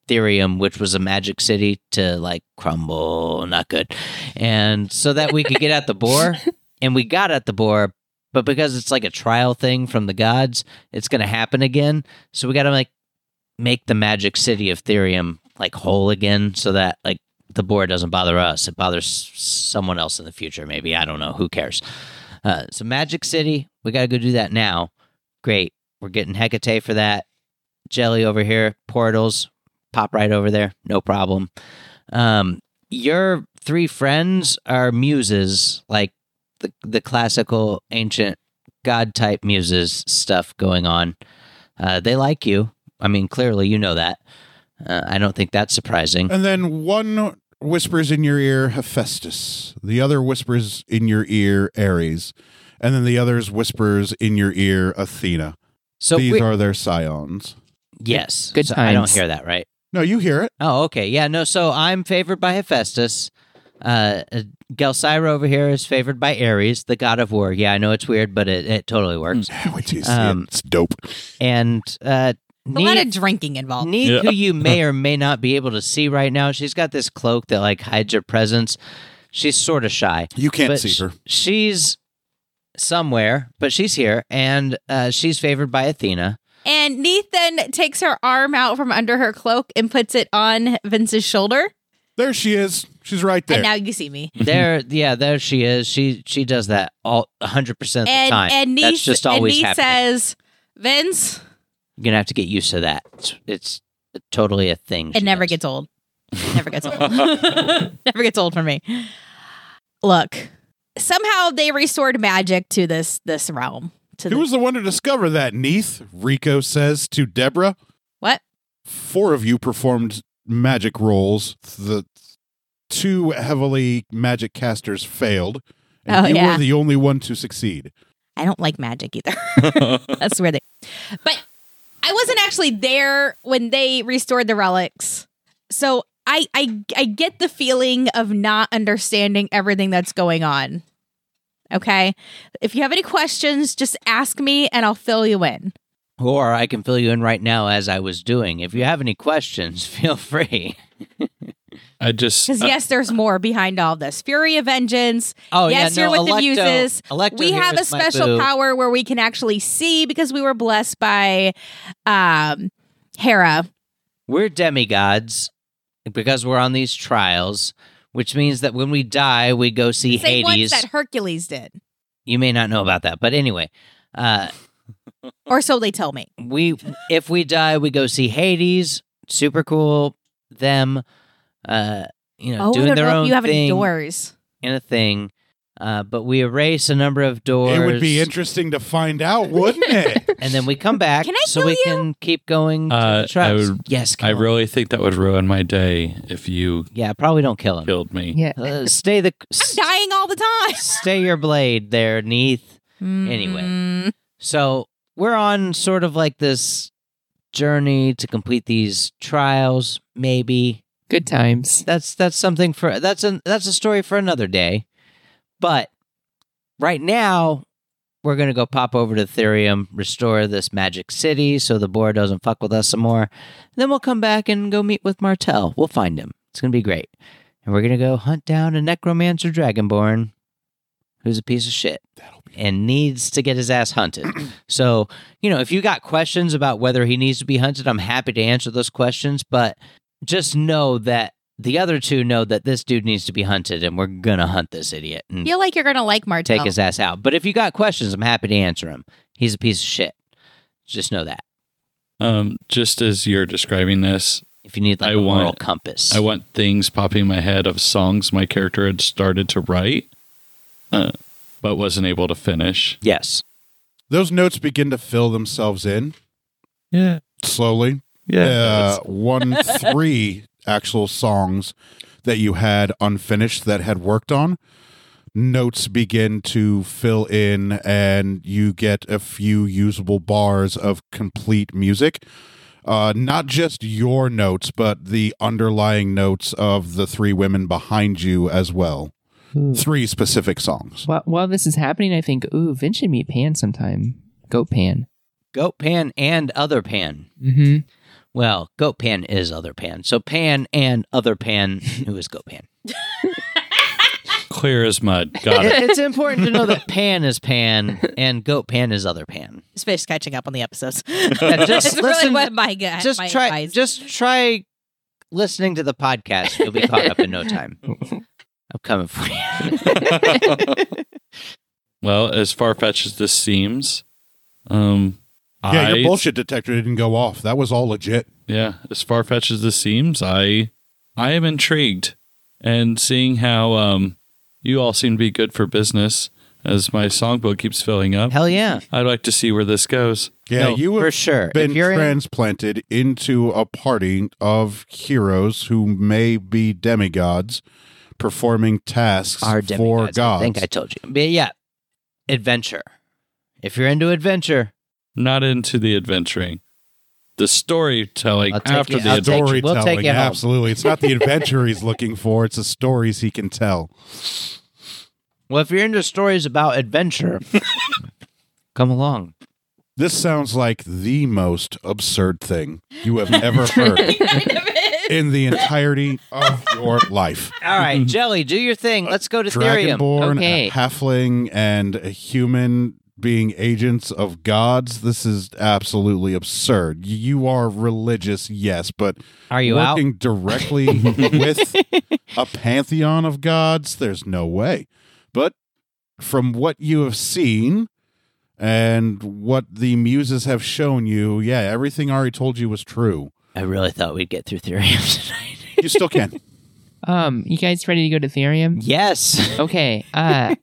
Speaker 5: therium which was a magic city to like crumble not good and so that we could get at the boar and we got at the boar but because it's like a trial thing from the gods it's going to happen again. So we got to like make the magic city of Therium like whole again so that like the board doesn't bother us. It bothers s- someone else in the future, maybe. I don't know. Who cares? Uh, so Magic City, we got to go do that now. Great. We're getting Hecate for that. Jelly over here, portals, pop right over there. No problem. Um, your three friends are muses, like the, the classical ancient god type muses stuff going on. Uh, they like you. I mean, clearly you know that. Uh, I don't think that's surprising.
Speaker 1: And then one whispers in your ear Hephaestus, the other whispers in your ear Ares, and then the others whispers in your ear Athena.
Speaker 5: So
Speaker 1: These
Speaker 5: we-
Speaker 1: are their scions.
Speaker 5: yes,
Speaker 4: Good
Speaker 5: so I don't
Speaker 4: times.
Speaker 5: hear that right.
Speaker 1: No, you hear it.
Speaker 5: Oh, okay. Yeah, no. So I'm favored by Hephaestus. Uh, uh, Gelsira over here is favored by Ares, the god of war. Yeah, I know it's weird, but it, it
Speaker 4: Hmm.
Speaker 5: totally works.
Speaker 1: Wait till you see
Speaker 5: Um,
Speaker 1: it. It's dope.
Speaker 5: And uh,
Speaker 2: a lot
Speaker 5: Neith-
Speaker 2: of drinking
Speaker 1: Mm.
Speaker 2: involved.
Speaker 5: Neith,
Speaker 6: Yeah.
Speaker 5: who you may or may not be able to see right now, she's got this cloak that like hides her presence. She's sort of shy.
Speaker 1: You can't
Speaker 5: but sh-
Speaker 1: see her.
Speaker 5: She's somewhere, but she's here, and uh, she's favored by Athena.
Speaker 2: And Nathan takes her arm out from under her cloak and puts it on Vince's shoulder.
Speaker 1: There she is. She's right
Speaker 2: And
Speaker 1: there.
Speaker 2: now you see me.
Speaker 4: Mm-hmm.
Speaker 5: There, yeah, there she is. She she does that all 100 percent of the
Speaker 2: And
Speaker 5: time.
Speaker 2: and
Speaker 5: That's
Speaker 2: Neith,
Speaker 5: just
Speaker 2: and
Speaker 5: always
Speaker 2: Neith
Speaker 5: happening.
Speaker 2: says, Vince,
Speaker 5: You're gonna have to get used to that. It's, it's totally a thing.
Speaker 2: it
Speaker 5: she
Speaker 2: never
Speaker 5: does.
Speaker 2: gets old. Never gets old. never gets old for me. Look, somehow they restored magic to this this realm. To
Speaker 1: Who
Speaker 2: the-
Speaker 1: was the one to discover that, Neath? Rico says to Deborah.
Speaker 2: What?
Speaker 1: Four of you performed magic rolls. The two heavily magic casters failed. And
Speaker 2: Oh,
Speaker 1: you
Speaker 2: yeah.
Speaker 1: were the only one to succeed.
Speaker 2: I don't like magic either. That's where they. But I wasn't actually there when they restored the relics, so I I I get the feeling of not understanding everything that's going on. Okay, if you have any questions, just ask me and I'll fill you in.
Speaker 5: Or I can fill you in right now as I was doing. If you have any questions, feel free.
Speaker 6: I just
Speaker 5: Uh,
Speaker 2: Because yes, there's more behind all this. Fury of vengeance.
Speaker 5: Oh
Speaker 2: Yes,
Speaker 5: yeah,
Speaker 2: you're
Speaker 5: no,
Speaker 2: with the
Speaker 5: Electo,
Speaker 2: muses.
Speaker 5: Electo
Speaker 2: we
Speaker 5: here
Speaker 2: have a
Speaker 5: is my
Speaker 2: special
Speaker 5: boo.
Speaker 2: power where we can actually see because we were blessed by um Hera.
Speaker 5: We're demigods because we're on these trials, which means that when we die, we go see
Speaker 2: Same ones
Speaker 5: Hades.
Speaker 2: that Hercules did.
Speaker 5: You may not know about that, but anyway, uh,
Speaker 2: Or so they tell me.
Speaker 5: we if we die, we go see Hades. Super cool. Them, uh, you know,
Speaker 2: Oh, I
Speaker 5: doing
Speaker 2: don't
Speaker 5: their
Speaker 2: know
Speaker 5: own
Speaker 2: if you have any
Speaker 5: thing
Speaker 2: doors.
Speaker 5: in a thing. Uh, but we erase a number of doors.
Speaker 1: It would be interesting to find out, wouldn't it?
Speaker 5: and then we come back
Speaker 2: Can I
Speaker 5: so
Speaker 2: kill
Speaker 5: we
Speaker 2: you?
Speaker 5: can keep going to
Speaker 6: Uh,
Speaker 5: the trials.
Speaker 6: I would-
Speaker 5: yes,
Speaker 6: I
Speaker 5: kill him.
Speaker 6: really think that would ruin my day if you
Speaker 5: Yeah, probably don't kill him.
Speaker 6: killed me.
Speaker 4: Yeah.
Speaker 5: Uh, stay the
Speaker 2: I'm dying all the time.
Speaker 5: stay your blade there, Neath. Anyway.
Speaker 2: Mm.
Speaker 5: So we're on sort of like this journey to complete these trials. Maybe
Speaker 4: Good times.
Speaker 5: that's that's something for that's an that's a story for another day. But right now, we're gonna go pop over to Therium, restore this magic city, so the boar doesn't fuck with us some more. Then we'll come back and go meet with Martel. We'll find him. It's gonna be great, and we're gonna go hunt down a necromancer dragonborn, who's a piece of shit and needs to get his ass hunted. so you know, if you got questions about whether he needs to be hunted, I'm happy to answer those questions, but just know that the other two know that this dude needs to be hunted and we're gonna hunt this idiot and
Speaker 2: Feel like you're gonna like Oh, Martel.
Speaker 5: take his ass out. But if you got questions, I'm happy to answer them. He's a piece of shit. Just know that.
Speaker 6: Um, just as you're describing this,
Speaker 5: If you need like
Speaker 6: I
Speaker 5: a moral
Speaker 6: want-
Speaker 5: compass.
Speaker 6: I want things popping in my head of songs my character had started to write, uh, but wasn't able to finish.
Speaker 5: yes.
Speaker 1: Those notes begin to fill themselves in
Speaker 6: Yeah.
Speaker 1: slowly. Uh, one, three actual songs that you had unfinished that had worked on. Notes begin to fill in, and you get a few usable bars of complete music. Uh, not just your notes, but the underlying notes of the three women behind you as well. Three specific songs.
Speaker 4: While, while this is happening, I think, ooh, Vin should meet Pan sometime. Goat Pan.
Speaker 5: Goat Pan and Other Pan.
Speaker 4: Mm-hmm.
Speaker 5: Well, Goat Pan is Other Pan. So Pan and Other Pan, who is Goat Pan?
Speaker 6: Clear as mud. Got it.
Speaker 5: It- it's important to know that Pan is Pan and Goat Pan is Other Pan.
Speaker 2: Especially catching up on the episodes.
Speaker 5: Yeah, just
Speaker 2: That's really
Speaker 5: listen-
Speaker 2: what my guy.
Speaker 5: just
Speaker 2: my
Speaker 5: try
Speaker 2: advice.
Speaker 5: just try listening to the podcast. You'll be caught up in no time. I'm coming for you.
Speaker 6: well, as far fetched as this seems, um,
Speaker 1: Yeah,
Speaker 6: I-
Speaker 1: your bullshit detector didn't go off. That was all legit.
Speaker 6: Yeah, as far fetched as this seems, I I am intrigued, and seeing how um you all seem to be good for business as my songbook keeps filling up,
Speaker 5: Hell yeah.
Speaker 6: I'd like to see where this goes.
Speaker 1: Yeah,
Speaker 5: No,
Speaker 1: you
Speaker 5: for
Speaker 1: have
Speaker 5: sure.
Speaker 1: been
Speaker 5: if you're in-
Speaker 1: transplanted into a party of heroes who may be demigods performing tasks
Speaker 5: are
Speaker 1: for
Speaker 5: demigods.
Speaker 1: gods.
Speaker 5: I think I told you. But yeah, adventure. If you're into adventure,
Speaker 6: Not into the adventuring, the storytelling
Speaker 5: I'll take
Speaker 6: after
Speaker 5: you-
Speaker 6: the
Speaker 5: I'll take-
Speaker 6: adventure.
Speaker 5: we'll
Speaker 1: Storytelling,
Speaker 5: take you home.
Speaker 1: absolutely. It's not the adventure he's looking for; it's the stories he can tell.
Speaker 5: well, if you're into stories about adventure, come along.
Speaker 1: This sounds like the most absurd thing you have ever heard in the entirety of your life.
Speaker 5: All right, Jelly, do your thing. Let's go to Therium.
Speaker 1: Dragonborn,
Speaker 4: Okay.
Speaker 1: a halfling, and a human being agents of gods. This is absolutely absurd. You are religious, yes, but
Speaker 5: Are you out?
Speaker 1: working directly with a pantheon of gods, there's no way. But from what you have seen and what the muses have shown you, yeah, everything Ari told you was true.
Speaker 5: I really thought we'd get through Therium tonight.
Speaker 1: You still can.
Speaker 4: Um, you guys ready to go to Therium?
Speaker 5: yes.
Speaker 4: Okay. Uh,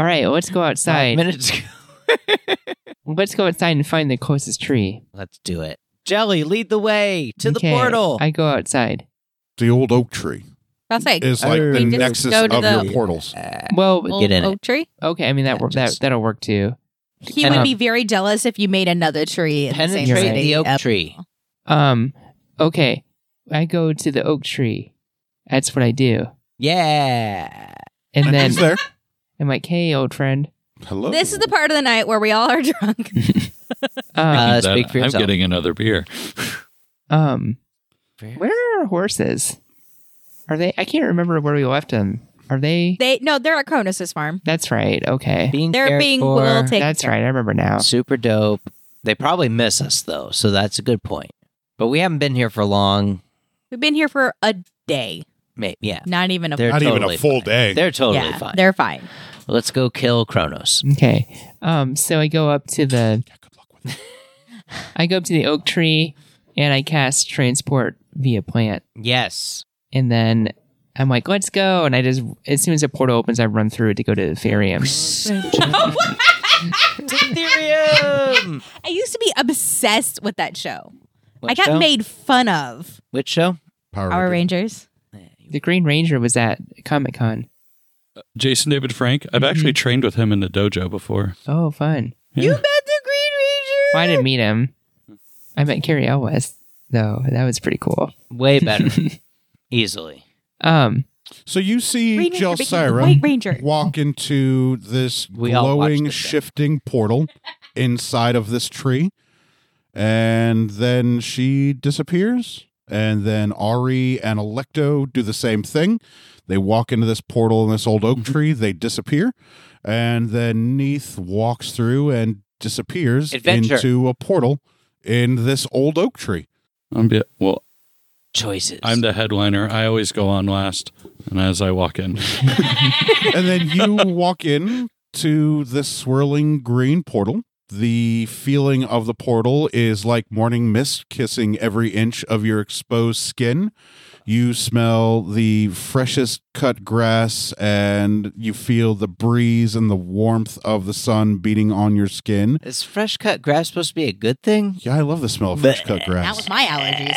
Speaker 4: all right. Let's go
Speaker 5: Five
Speaker 4: outside.
Speaker 5: minutes ago.
Speaker 4: Let's go outside and find the closest tree.
Speaker 5: Let's do it. Jelly, lead the way to the
Speaker 4: Okay,
Speaker 5: portal.
Speaker 4: I go outside.
Speaker 1: the old oak tree
Speaker 2: I'll say,
Speaker 1: is like
Speaker 5: Arr.
Speaker 1: the
Speaker 5: We just
Speaker 1: nexus
Speaker 2: go
Speaker 1: of
Speaker 2: to
Speaker 1: your
Speaker 2: the-
Speaker 1: portals.
Speaker 4: Well,
Speaker 2: old
Speaker 5: Uh, get in it.
Speaker 2: oak tree.
Speaker 4: okay. I mean that
Speaker 5: Yeah,
Speaker 4: wor- that
Speaker 5: just-
Speaker 4: that'll work too.
Speaker 2: He
Speaker 5: And,
Speaker 2: would
Speaker 4: um,
Speaker 2: be very jealous if you made another tree. In the, same
Speaker 5: Penetrate
Speaker 2: city.
Speaker 5: the oak
Speaker 2: Yep.
Speaker 5: tree.
Speaker 4: Um, okay. I go to the oak tree. That's what I do.
Speaker 5: Yeah.
Speaker 4: And then
Speaker 1: It's there.
Speaker 4: I'm like, "Hey, old friend."
Speaker 1: Hello.
Speaker 2: This is the part of the night where we all are drunk.
Speaker 4: Um,
Speaker 5: Uh, speak for
Speaker 6: I'm
Speaker 5: yourself.
Speaker 6: getting another beer.
Speaker 4: um, where are our horses? Are they? I can't remember where we left them. Are they?
Speaker 2: They no, they're at Cronus's farm.
Speaker 4: That's right. Okay.
Speaker 5: Being
Speaker 2: They're
Speaker 5: cared
Speaker 2: being
Speaker 5: for.
Speaker 2: well taken.
Speaker 4: That's
Speaker 2: care of.
Speaker 4: right. I remember now.
Speaker 5: Super dope. They probably miss us though, so that's a good point. But we haven't been here for long.
Speaker 2: We've been here for a day,
Speaker 5: Maybe yeah.
Speaker 2: not even a
Speaker 5: They're
Speaker 1: not even
Speaker 5: totally
Speaker 1: a full
Speaker 5: fine.
Speaker 1: day.
Speaker 5: They're totally
Speaker 2: yeah,
Speaker 5: fine.
Speaker 2: They're fine.
Speaker 5: Let's go kill Kronos.
Speaker 4: Okay. Um, so I go up to the I go up to the oak tree and I cast transport via plant.
Speaker 5: Yes.
Speaker 4: And then I'm like, let's go. And I just as soon as the portal opens, I run through it to go to the Therium.
Speaker 5: Ethereum.
Speaker 2: I used to be obsessed with that show. I
Speaker 5: Which
Speaker 2: got
Speaker 5: show?
Speaker 2: made fun of.
Speaker 5: Which show?
Speaker 1: Power
Speaker 2: Our
Speaker 1: Ranger.
Speaker 2: Rangers.
Speaker 4: The Green Ranger was at Comic Con.
Speaker 6: Jason David Frank.
Speaker 5: Mm-hmm.
Speaker 6: I've actually trained with him in the dojo before.
Speaker 4: Oh, fun.
Speaker 2: You met the Green Ranger.
Speaker 4: I didn't meet him. I met Carrie Elwes, though. That was pretty cool.
Speaker 5: Way better. Easily.
Speaker 4: Um
Speaker 1: So you see
Speaker 2: Green Ranger became the
Speaker 1: Jelsira
Speaker 2: White Ranger.
Speaker 1: walk into this
Speaker 5: We all watched
Speaker 1: glowing,
Speaker 5: this thing.
Speaker 1: shifting portal inside of this tree, and then she disappears. And then Ari and Electo do the same thing. They walk into this portal in this old oak
Speaker 5: Mm-hmm.
Speaker 1: tree. They disappear, and then Neith walks through and disappears
Speaker 5: Adventure.
Speaker 1: into a portal in this old oak tree.
Speaker 6: I'm be- well,
Speaker 5: Choices.
Speaker 6: I'm the headliner. I always go on last, and as I walk in,
Speaker 1: and then you walk in to this swirling green portal The feeling of the portal is like morning mist kissing every inch of your exposed skin. You smell the freshest cut grass and you feel the breeze and the warmth of the sun beating on your skin.
Speaker 5: Is fresh cut grass supposed to be a good thing?
Speaker 1: Yeah, I love the smell of fresh cut
Speaker 2: That
Speaker 1: grass.
Speaker 2: was my allergies.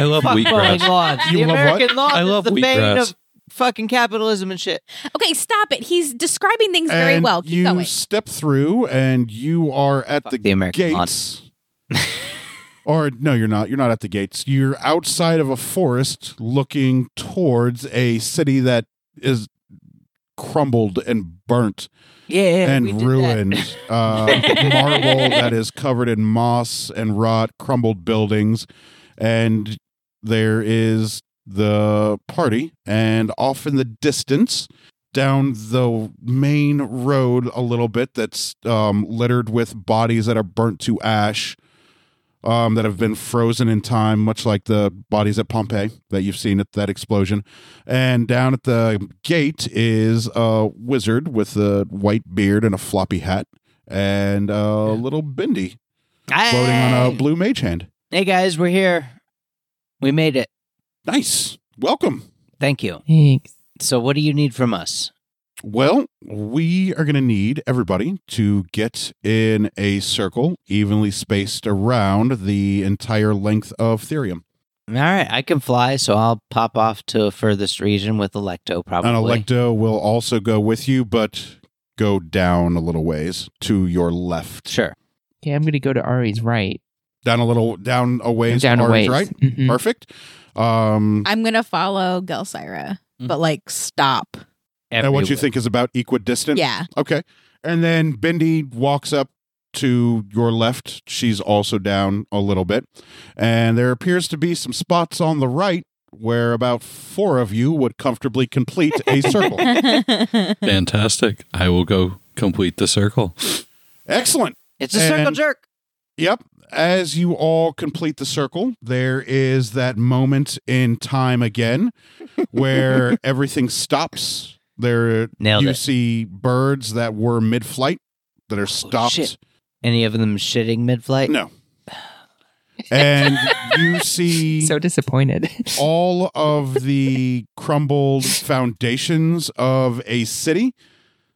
Speaker 6: I love
Speaker 5: Fuck mowing
Speaker 6: wheatgrass.
Speaker 5: lawns.
Speaker 1: You
Speaker 5: the
Speaker 1: love what?
Speaker 5: American lawn
Speaker 6: I love
Speaker 5: is the bane
Speaker 6: wheatgrass.
Speaker 5: of fucking capitalism and shit.
Speaker 2: Okay, stop it. He's describing things very
Speaker 1: And
Speaker 2: well. Keep
Speaker 1: you
Speaker 2: going.
Speaker 1: step through and you are at
Speaker 5: Fuck
Speaker 1: the,
Speaker 5: the American lawn.
Speaker 1: gates. or no, you're not. You're not at the gates. You're outside of a forest looking towards a city that is crumbled and burnt
Speaker 5: Yeah, we did
Speaker 1: and
Speaker 5: that.
Speaker 1: ruined. Uh, marble that is covered in moss and rot, crumbled buildings. And there is the party. And off in the distance, down the main road a little bit that's um, littered with bodies that are burnt to ash um, that have been frozen in time, much like the bodies at Pompeii that you've seen at that explosion. And down at the gate is a wizard with a white beard and a floppy hat and a little bindi floating on a
Speaker 5: Hey!
Speaker 1: blue mage hand.
Speaker 5: Hey guys, we're here. We made it.
Speaker 1: Nice. Welcome.
Speaker 5: Thank you.
Speaker 4: Thanks.
Speaker 5: So, what do you need from us?
Speaker 1: Well, we are going to need everybody to get in a circle evenly spaced around the entire length of Therium.
Speaker 5: All right, I can fly, so I'll pop off to furthest region with Electo, probably.
Speaker 1: An Electo will also go with you, but go down a little ways to your left.
Speaker 5: Sure.
Speaker 4: Okay, I'm gonna go to Ari's right.
Speaker 1: Down a little, down a ways.
Speaker 4: down
Speaker 1: orange,
Speaker 4: a ways.
Speaker 1: right?
Speaker 4: Mhm.
Speaker 1: Perfect. Um,
Speaker 2: I'm gonna follow Gelsira,
Speaker 5: Mm.
Speaker 2: but like stop.
Speaker 1: and what you
Speaker 5: Everywhere.
Speaker 1: think is about equidistant?
Speaker 2: Yeah.
Speaker 1: Okay. And then Bindi walks up to your left. She's also down a little bit. And there appears to be some spots on the right where about four of you would comfortably complete a circle.
Speaker 6: Fantastic. I will go complete the circle.
Speaker 1: Excellent.
Speaker 5: It's a circle
Speaker 1: And-
Speaker 5: jerk.
Speaker 1: Yep. As you all complete the circle, there is that moment in time again where everything stops. There
Speaker 5: Nailed
Speaker 1: you
Speaker 5: it.
Speaker 1: see birds that were mid flight that are stopped.
Speaker 5: shit. Any of them shitting mid-flight?
Speaker 1: No. and you see
Speaker 4: So disappointed.
Speaker 1: all of the crumbled foundations of a city,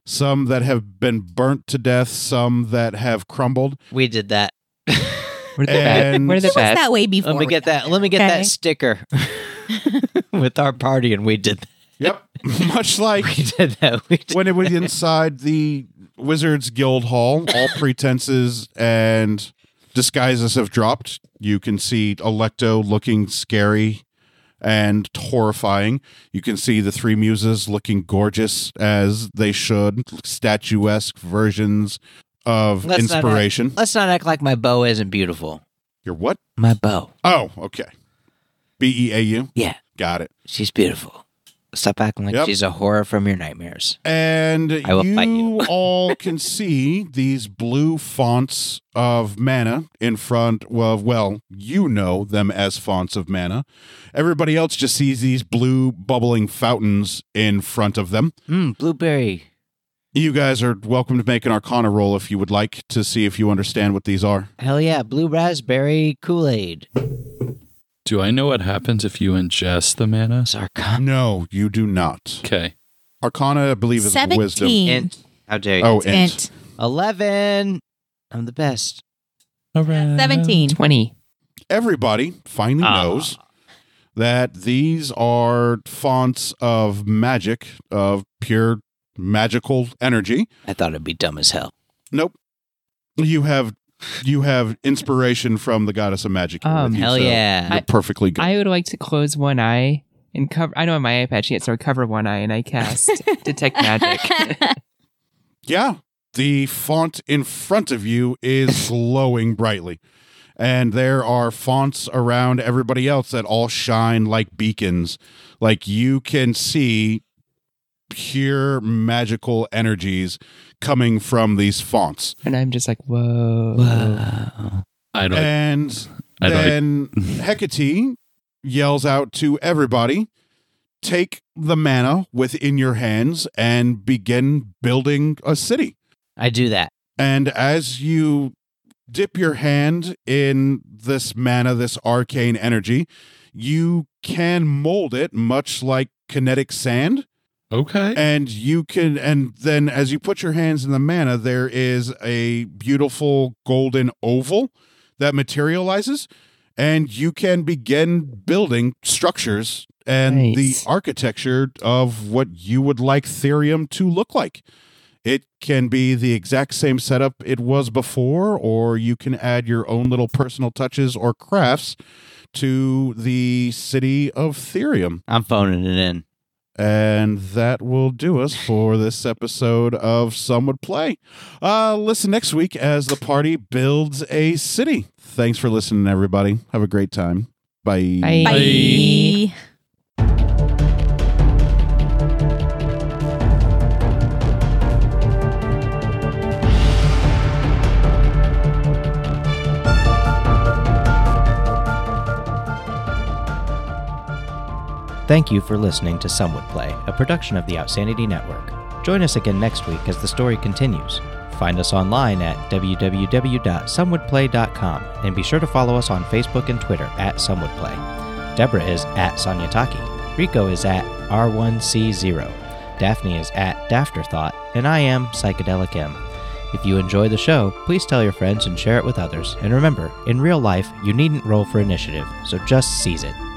Speaker 1: some that have been burnt to death, some that have crumbled.
Speaker 5: We did that.
Speaker 4: Where the bad?
Speaker 1: And-
Speaker 4: Where the
Speaker 2: It was
Speaker 4: bad?
Speaker 2: that way before.
Speaker 5: Let me
Speaker 2: we
Speaker 5: get
Speaker 2: got
Speaker 5: that. Let me get
Speaker 4: Okay.
Speaker 5: that sticker with our party, and we did. That.
Speaker 1: Yep. Much like
Speaker 5: We did that. We did.
Speaker 1: when it was inside the Wizards Guild Hall, all pretenses and disguises have dropped. You can see Electo looking scary and horrifying. You can see the three muses looking gorgeous as they should, statuesque versions of
Speaker 5: Let's not act-
Speaker 1: inspiration.
Speaker 5: Let's not act like my bow isn't beautiful.
Speaker 1: Your what?
Speaker 5: My bow.
Speaker 1: Oh, okay. B E A U.
Speaker 5: Yeah.
Speaker 1: Got it.
Speaker 5: She's beautiful. Stop acting like
Speaker 1: Yep.
Speaker 5: she's a horror from your nightmares.
Speaker 1: And
Speaker 5: I will
Speaker 1: you,
Speaker 5: fight you.
Speaker 1: all can see these blue fonts of mana in front of, well, you know them as fonts of mana. Everybody else just sees these blue bubbling fountains in front of them.
Speaker 5: Mm, blueberry.
Speaker 1: You guys are welcome to make an arcana roll if you would like to see if you understand what these are.
Speaker 5: Hell yeah, blue raspberry Kool Aid.
Speaker 6: Do I know what happens if you ingest the mana?
Speaker 5: Sarcom.
Speaker 1: No, you do not.
Speaker 6: Okay.
Speaker 1: Arcana, I believe, is wisdom.
Speaker 2: Seventeen.
Speaker 5: Int. How dare you?
Speaker 1: Oh, int.
Speaker 2: Int.
Speaker 5: Eleven. I'm the best.
Speaker 6: All right.
Speaker 2: Seventeen.
Speaker 4: Twenty.
Speaker 1: everybody finally
Speaker 5: Ah.
Speaker 1: knows that these are fonts of magic, of pure magical energy.
Speaker 5: I thought it'd be dumb as hell.
Speaker 1: Nope. You have you have inspiration from the goddess of magic. here
Speaker 4: Um,
Speaker 1: with you,
Speaker 5: Hell
Speaker 1: so
Speaker 5: yeah.
Speaker 1: You're perfectly good.
Speaker 4: I would like to close one eye and cover. I don't have my eye patch yet, so I cover one eye and I cast detect magic.
Speaker 1: yeah. The font in front of you is glowing brightly. And there are fonts around everybody else that all shine like beacons. Like you can see pure magical energies coming from these fonts.
Speaker 4: and I'm just like, whoa.
Speaker 5: Wow.
Speaker 6: I don't.
Speaker 1: And
Speaker 6: I don't. e-,
Speaker 1: then Hecate yells out to everybody take the mana within your hands and begin building a city.
Speaker 5: I do that.
Speaker 1: And as you dip your hand in this mana, this arcane energy, you can mold it much like kinetic sand.
Speaker 6: Okay.
Speaker 1: And you can, and then as you put your hands in the mana, there is a beautiful golden oval that materializes, and you can begin building structures and
Speaker 4: Nice.
Speaker 1: the architecture of what you would like Therium to look like. It can be the exact same setup it was before, or you can add your own little personal touches or crafts to the city of Therium.
Speaker 7: I'm phoning it in.
Speaker 1: And that will do us for this episode of Some Would Play. Uh, listen next week as the party builds a city. Thanks for listening, everybody. Have a great time. Bye.
Speaker 4: Bye.
Speaker 2: Bye.
Speaker 5: Thank you for listening to Some Would Play, a production of the Outsanity Network. Join us again next week as the story continues. Find us online at www.somewouldplay.com and be sure to follow us on Facebook and Twitter at Some Would Play. Deborah is at Sonyataki, Rico is at R1C0, Daphne is at Dafterthought, and I am Psychedelic M. If you enjoy the show, please tell your friends and share it with others. And remember, in real life, you needn't roll for initiative, so just seize it.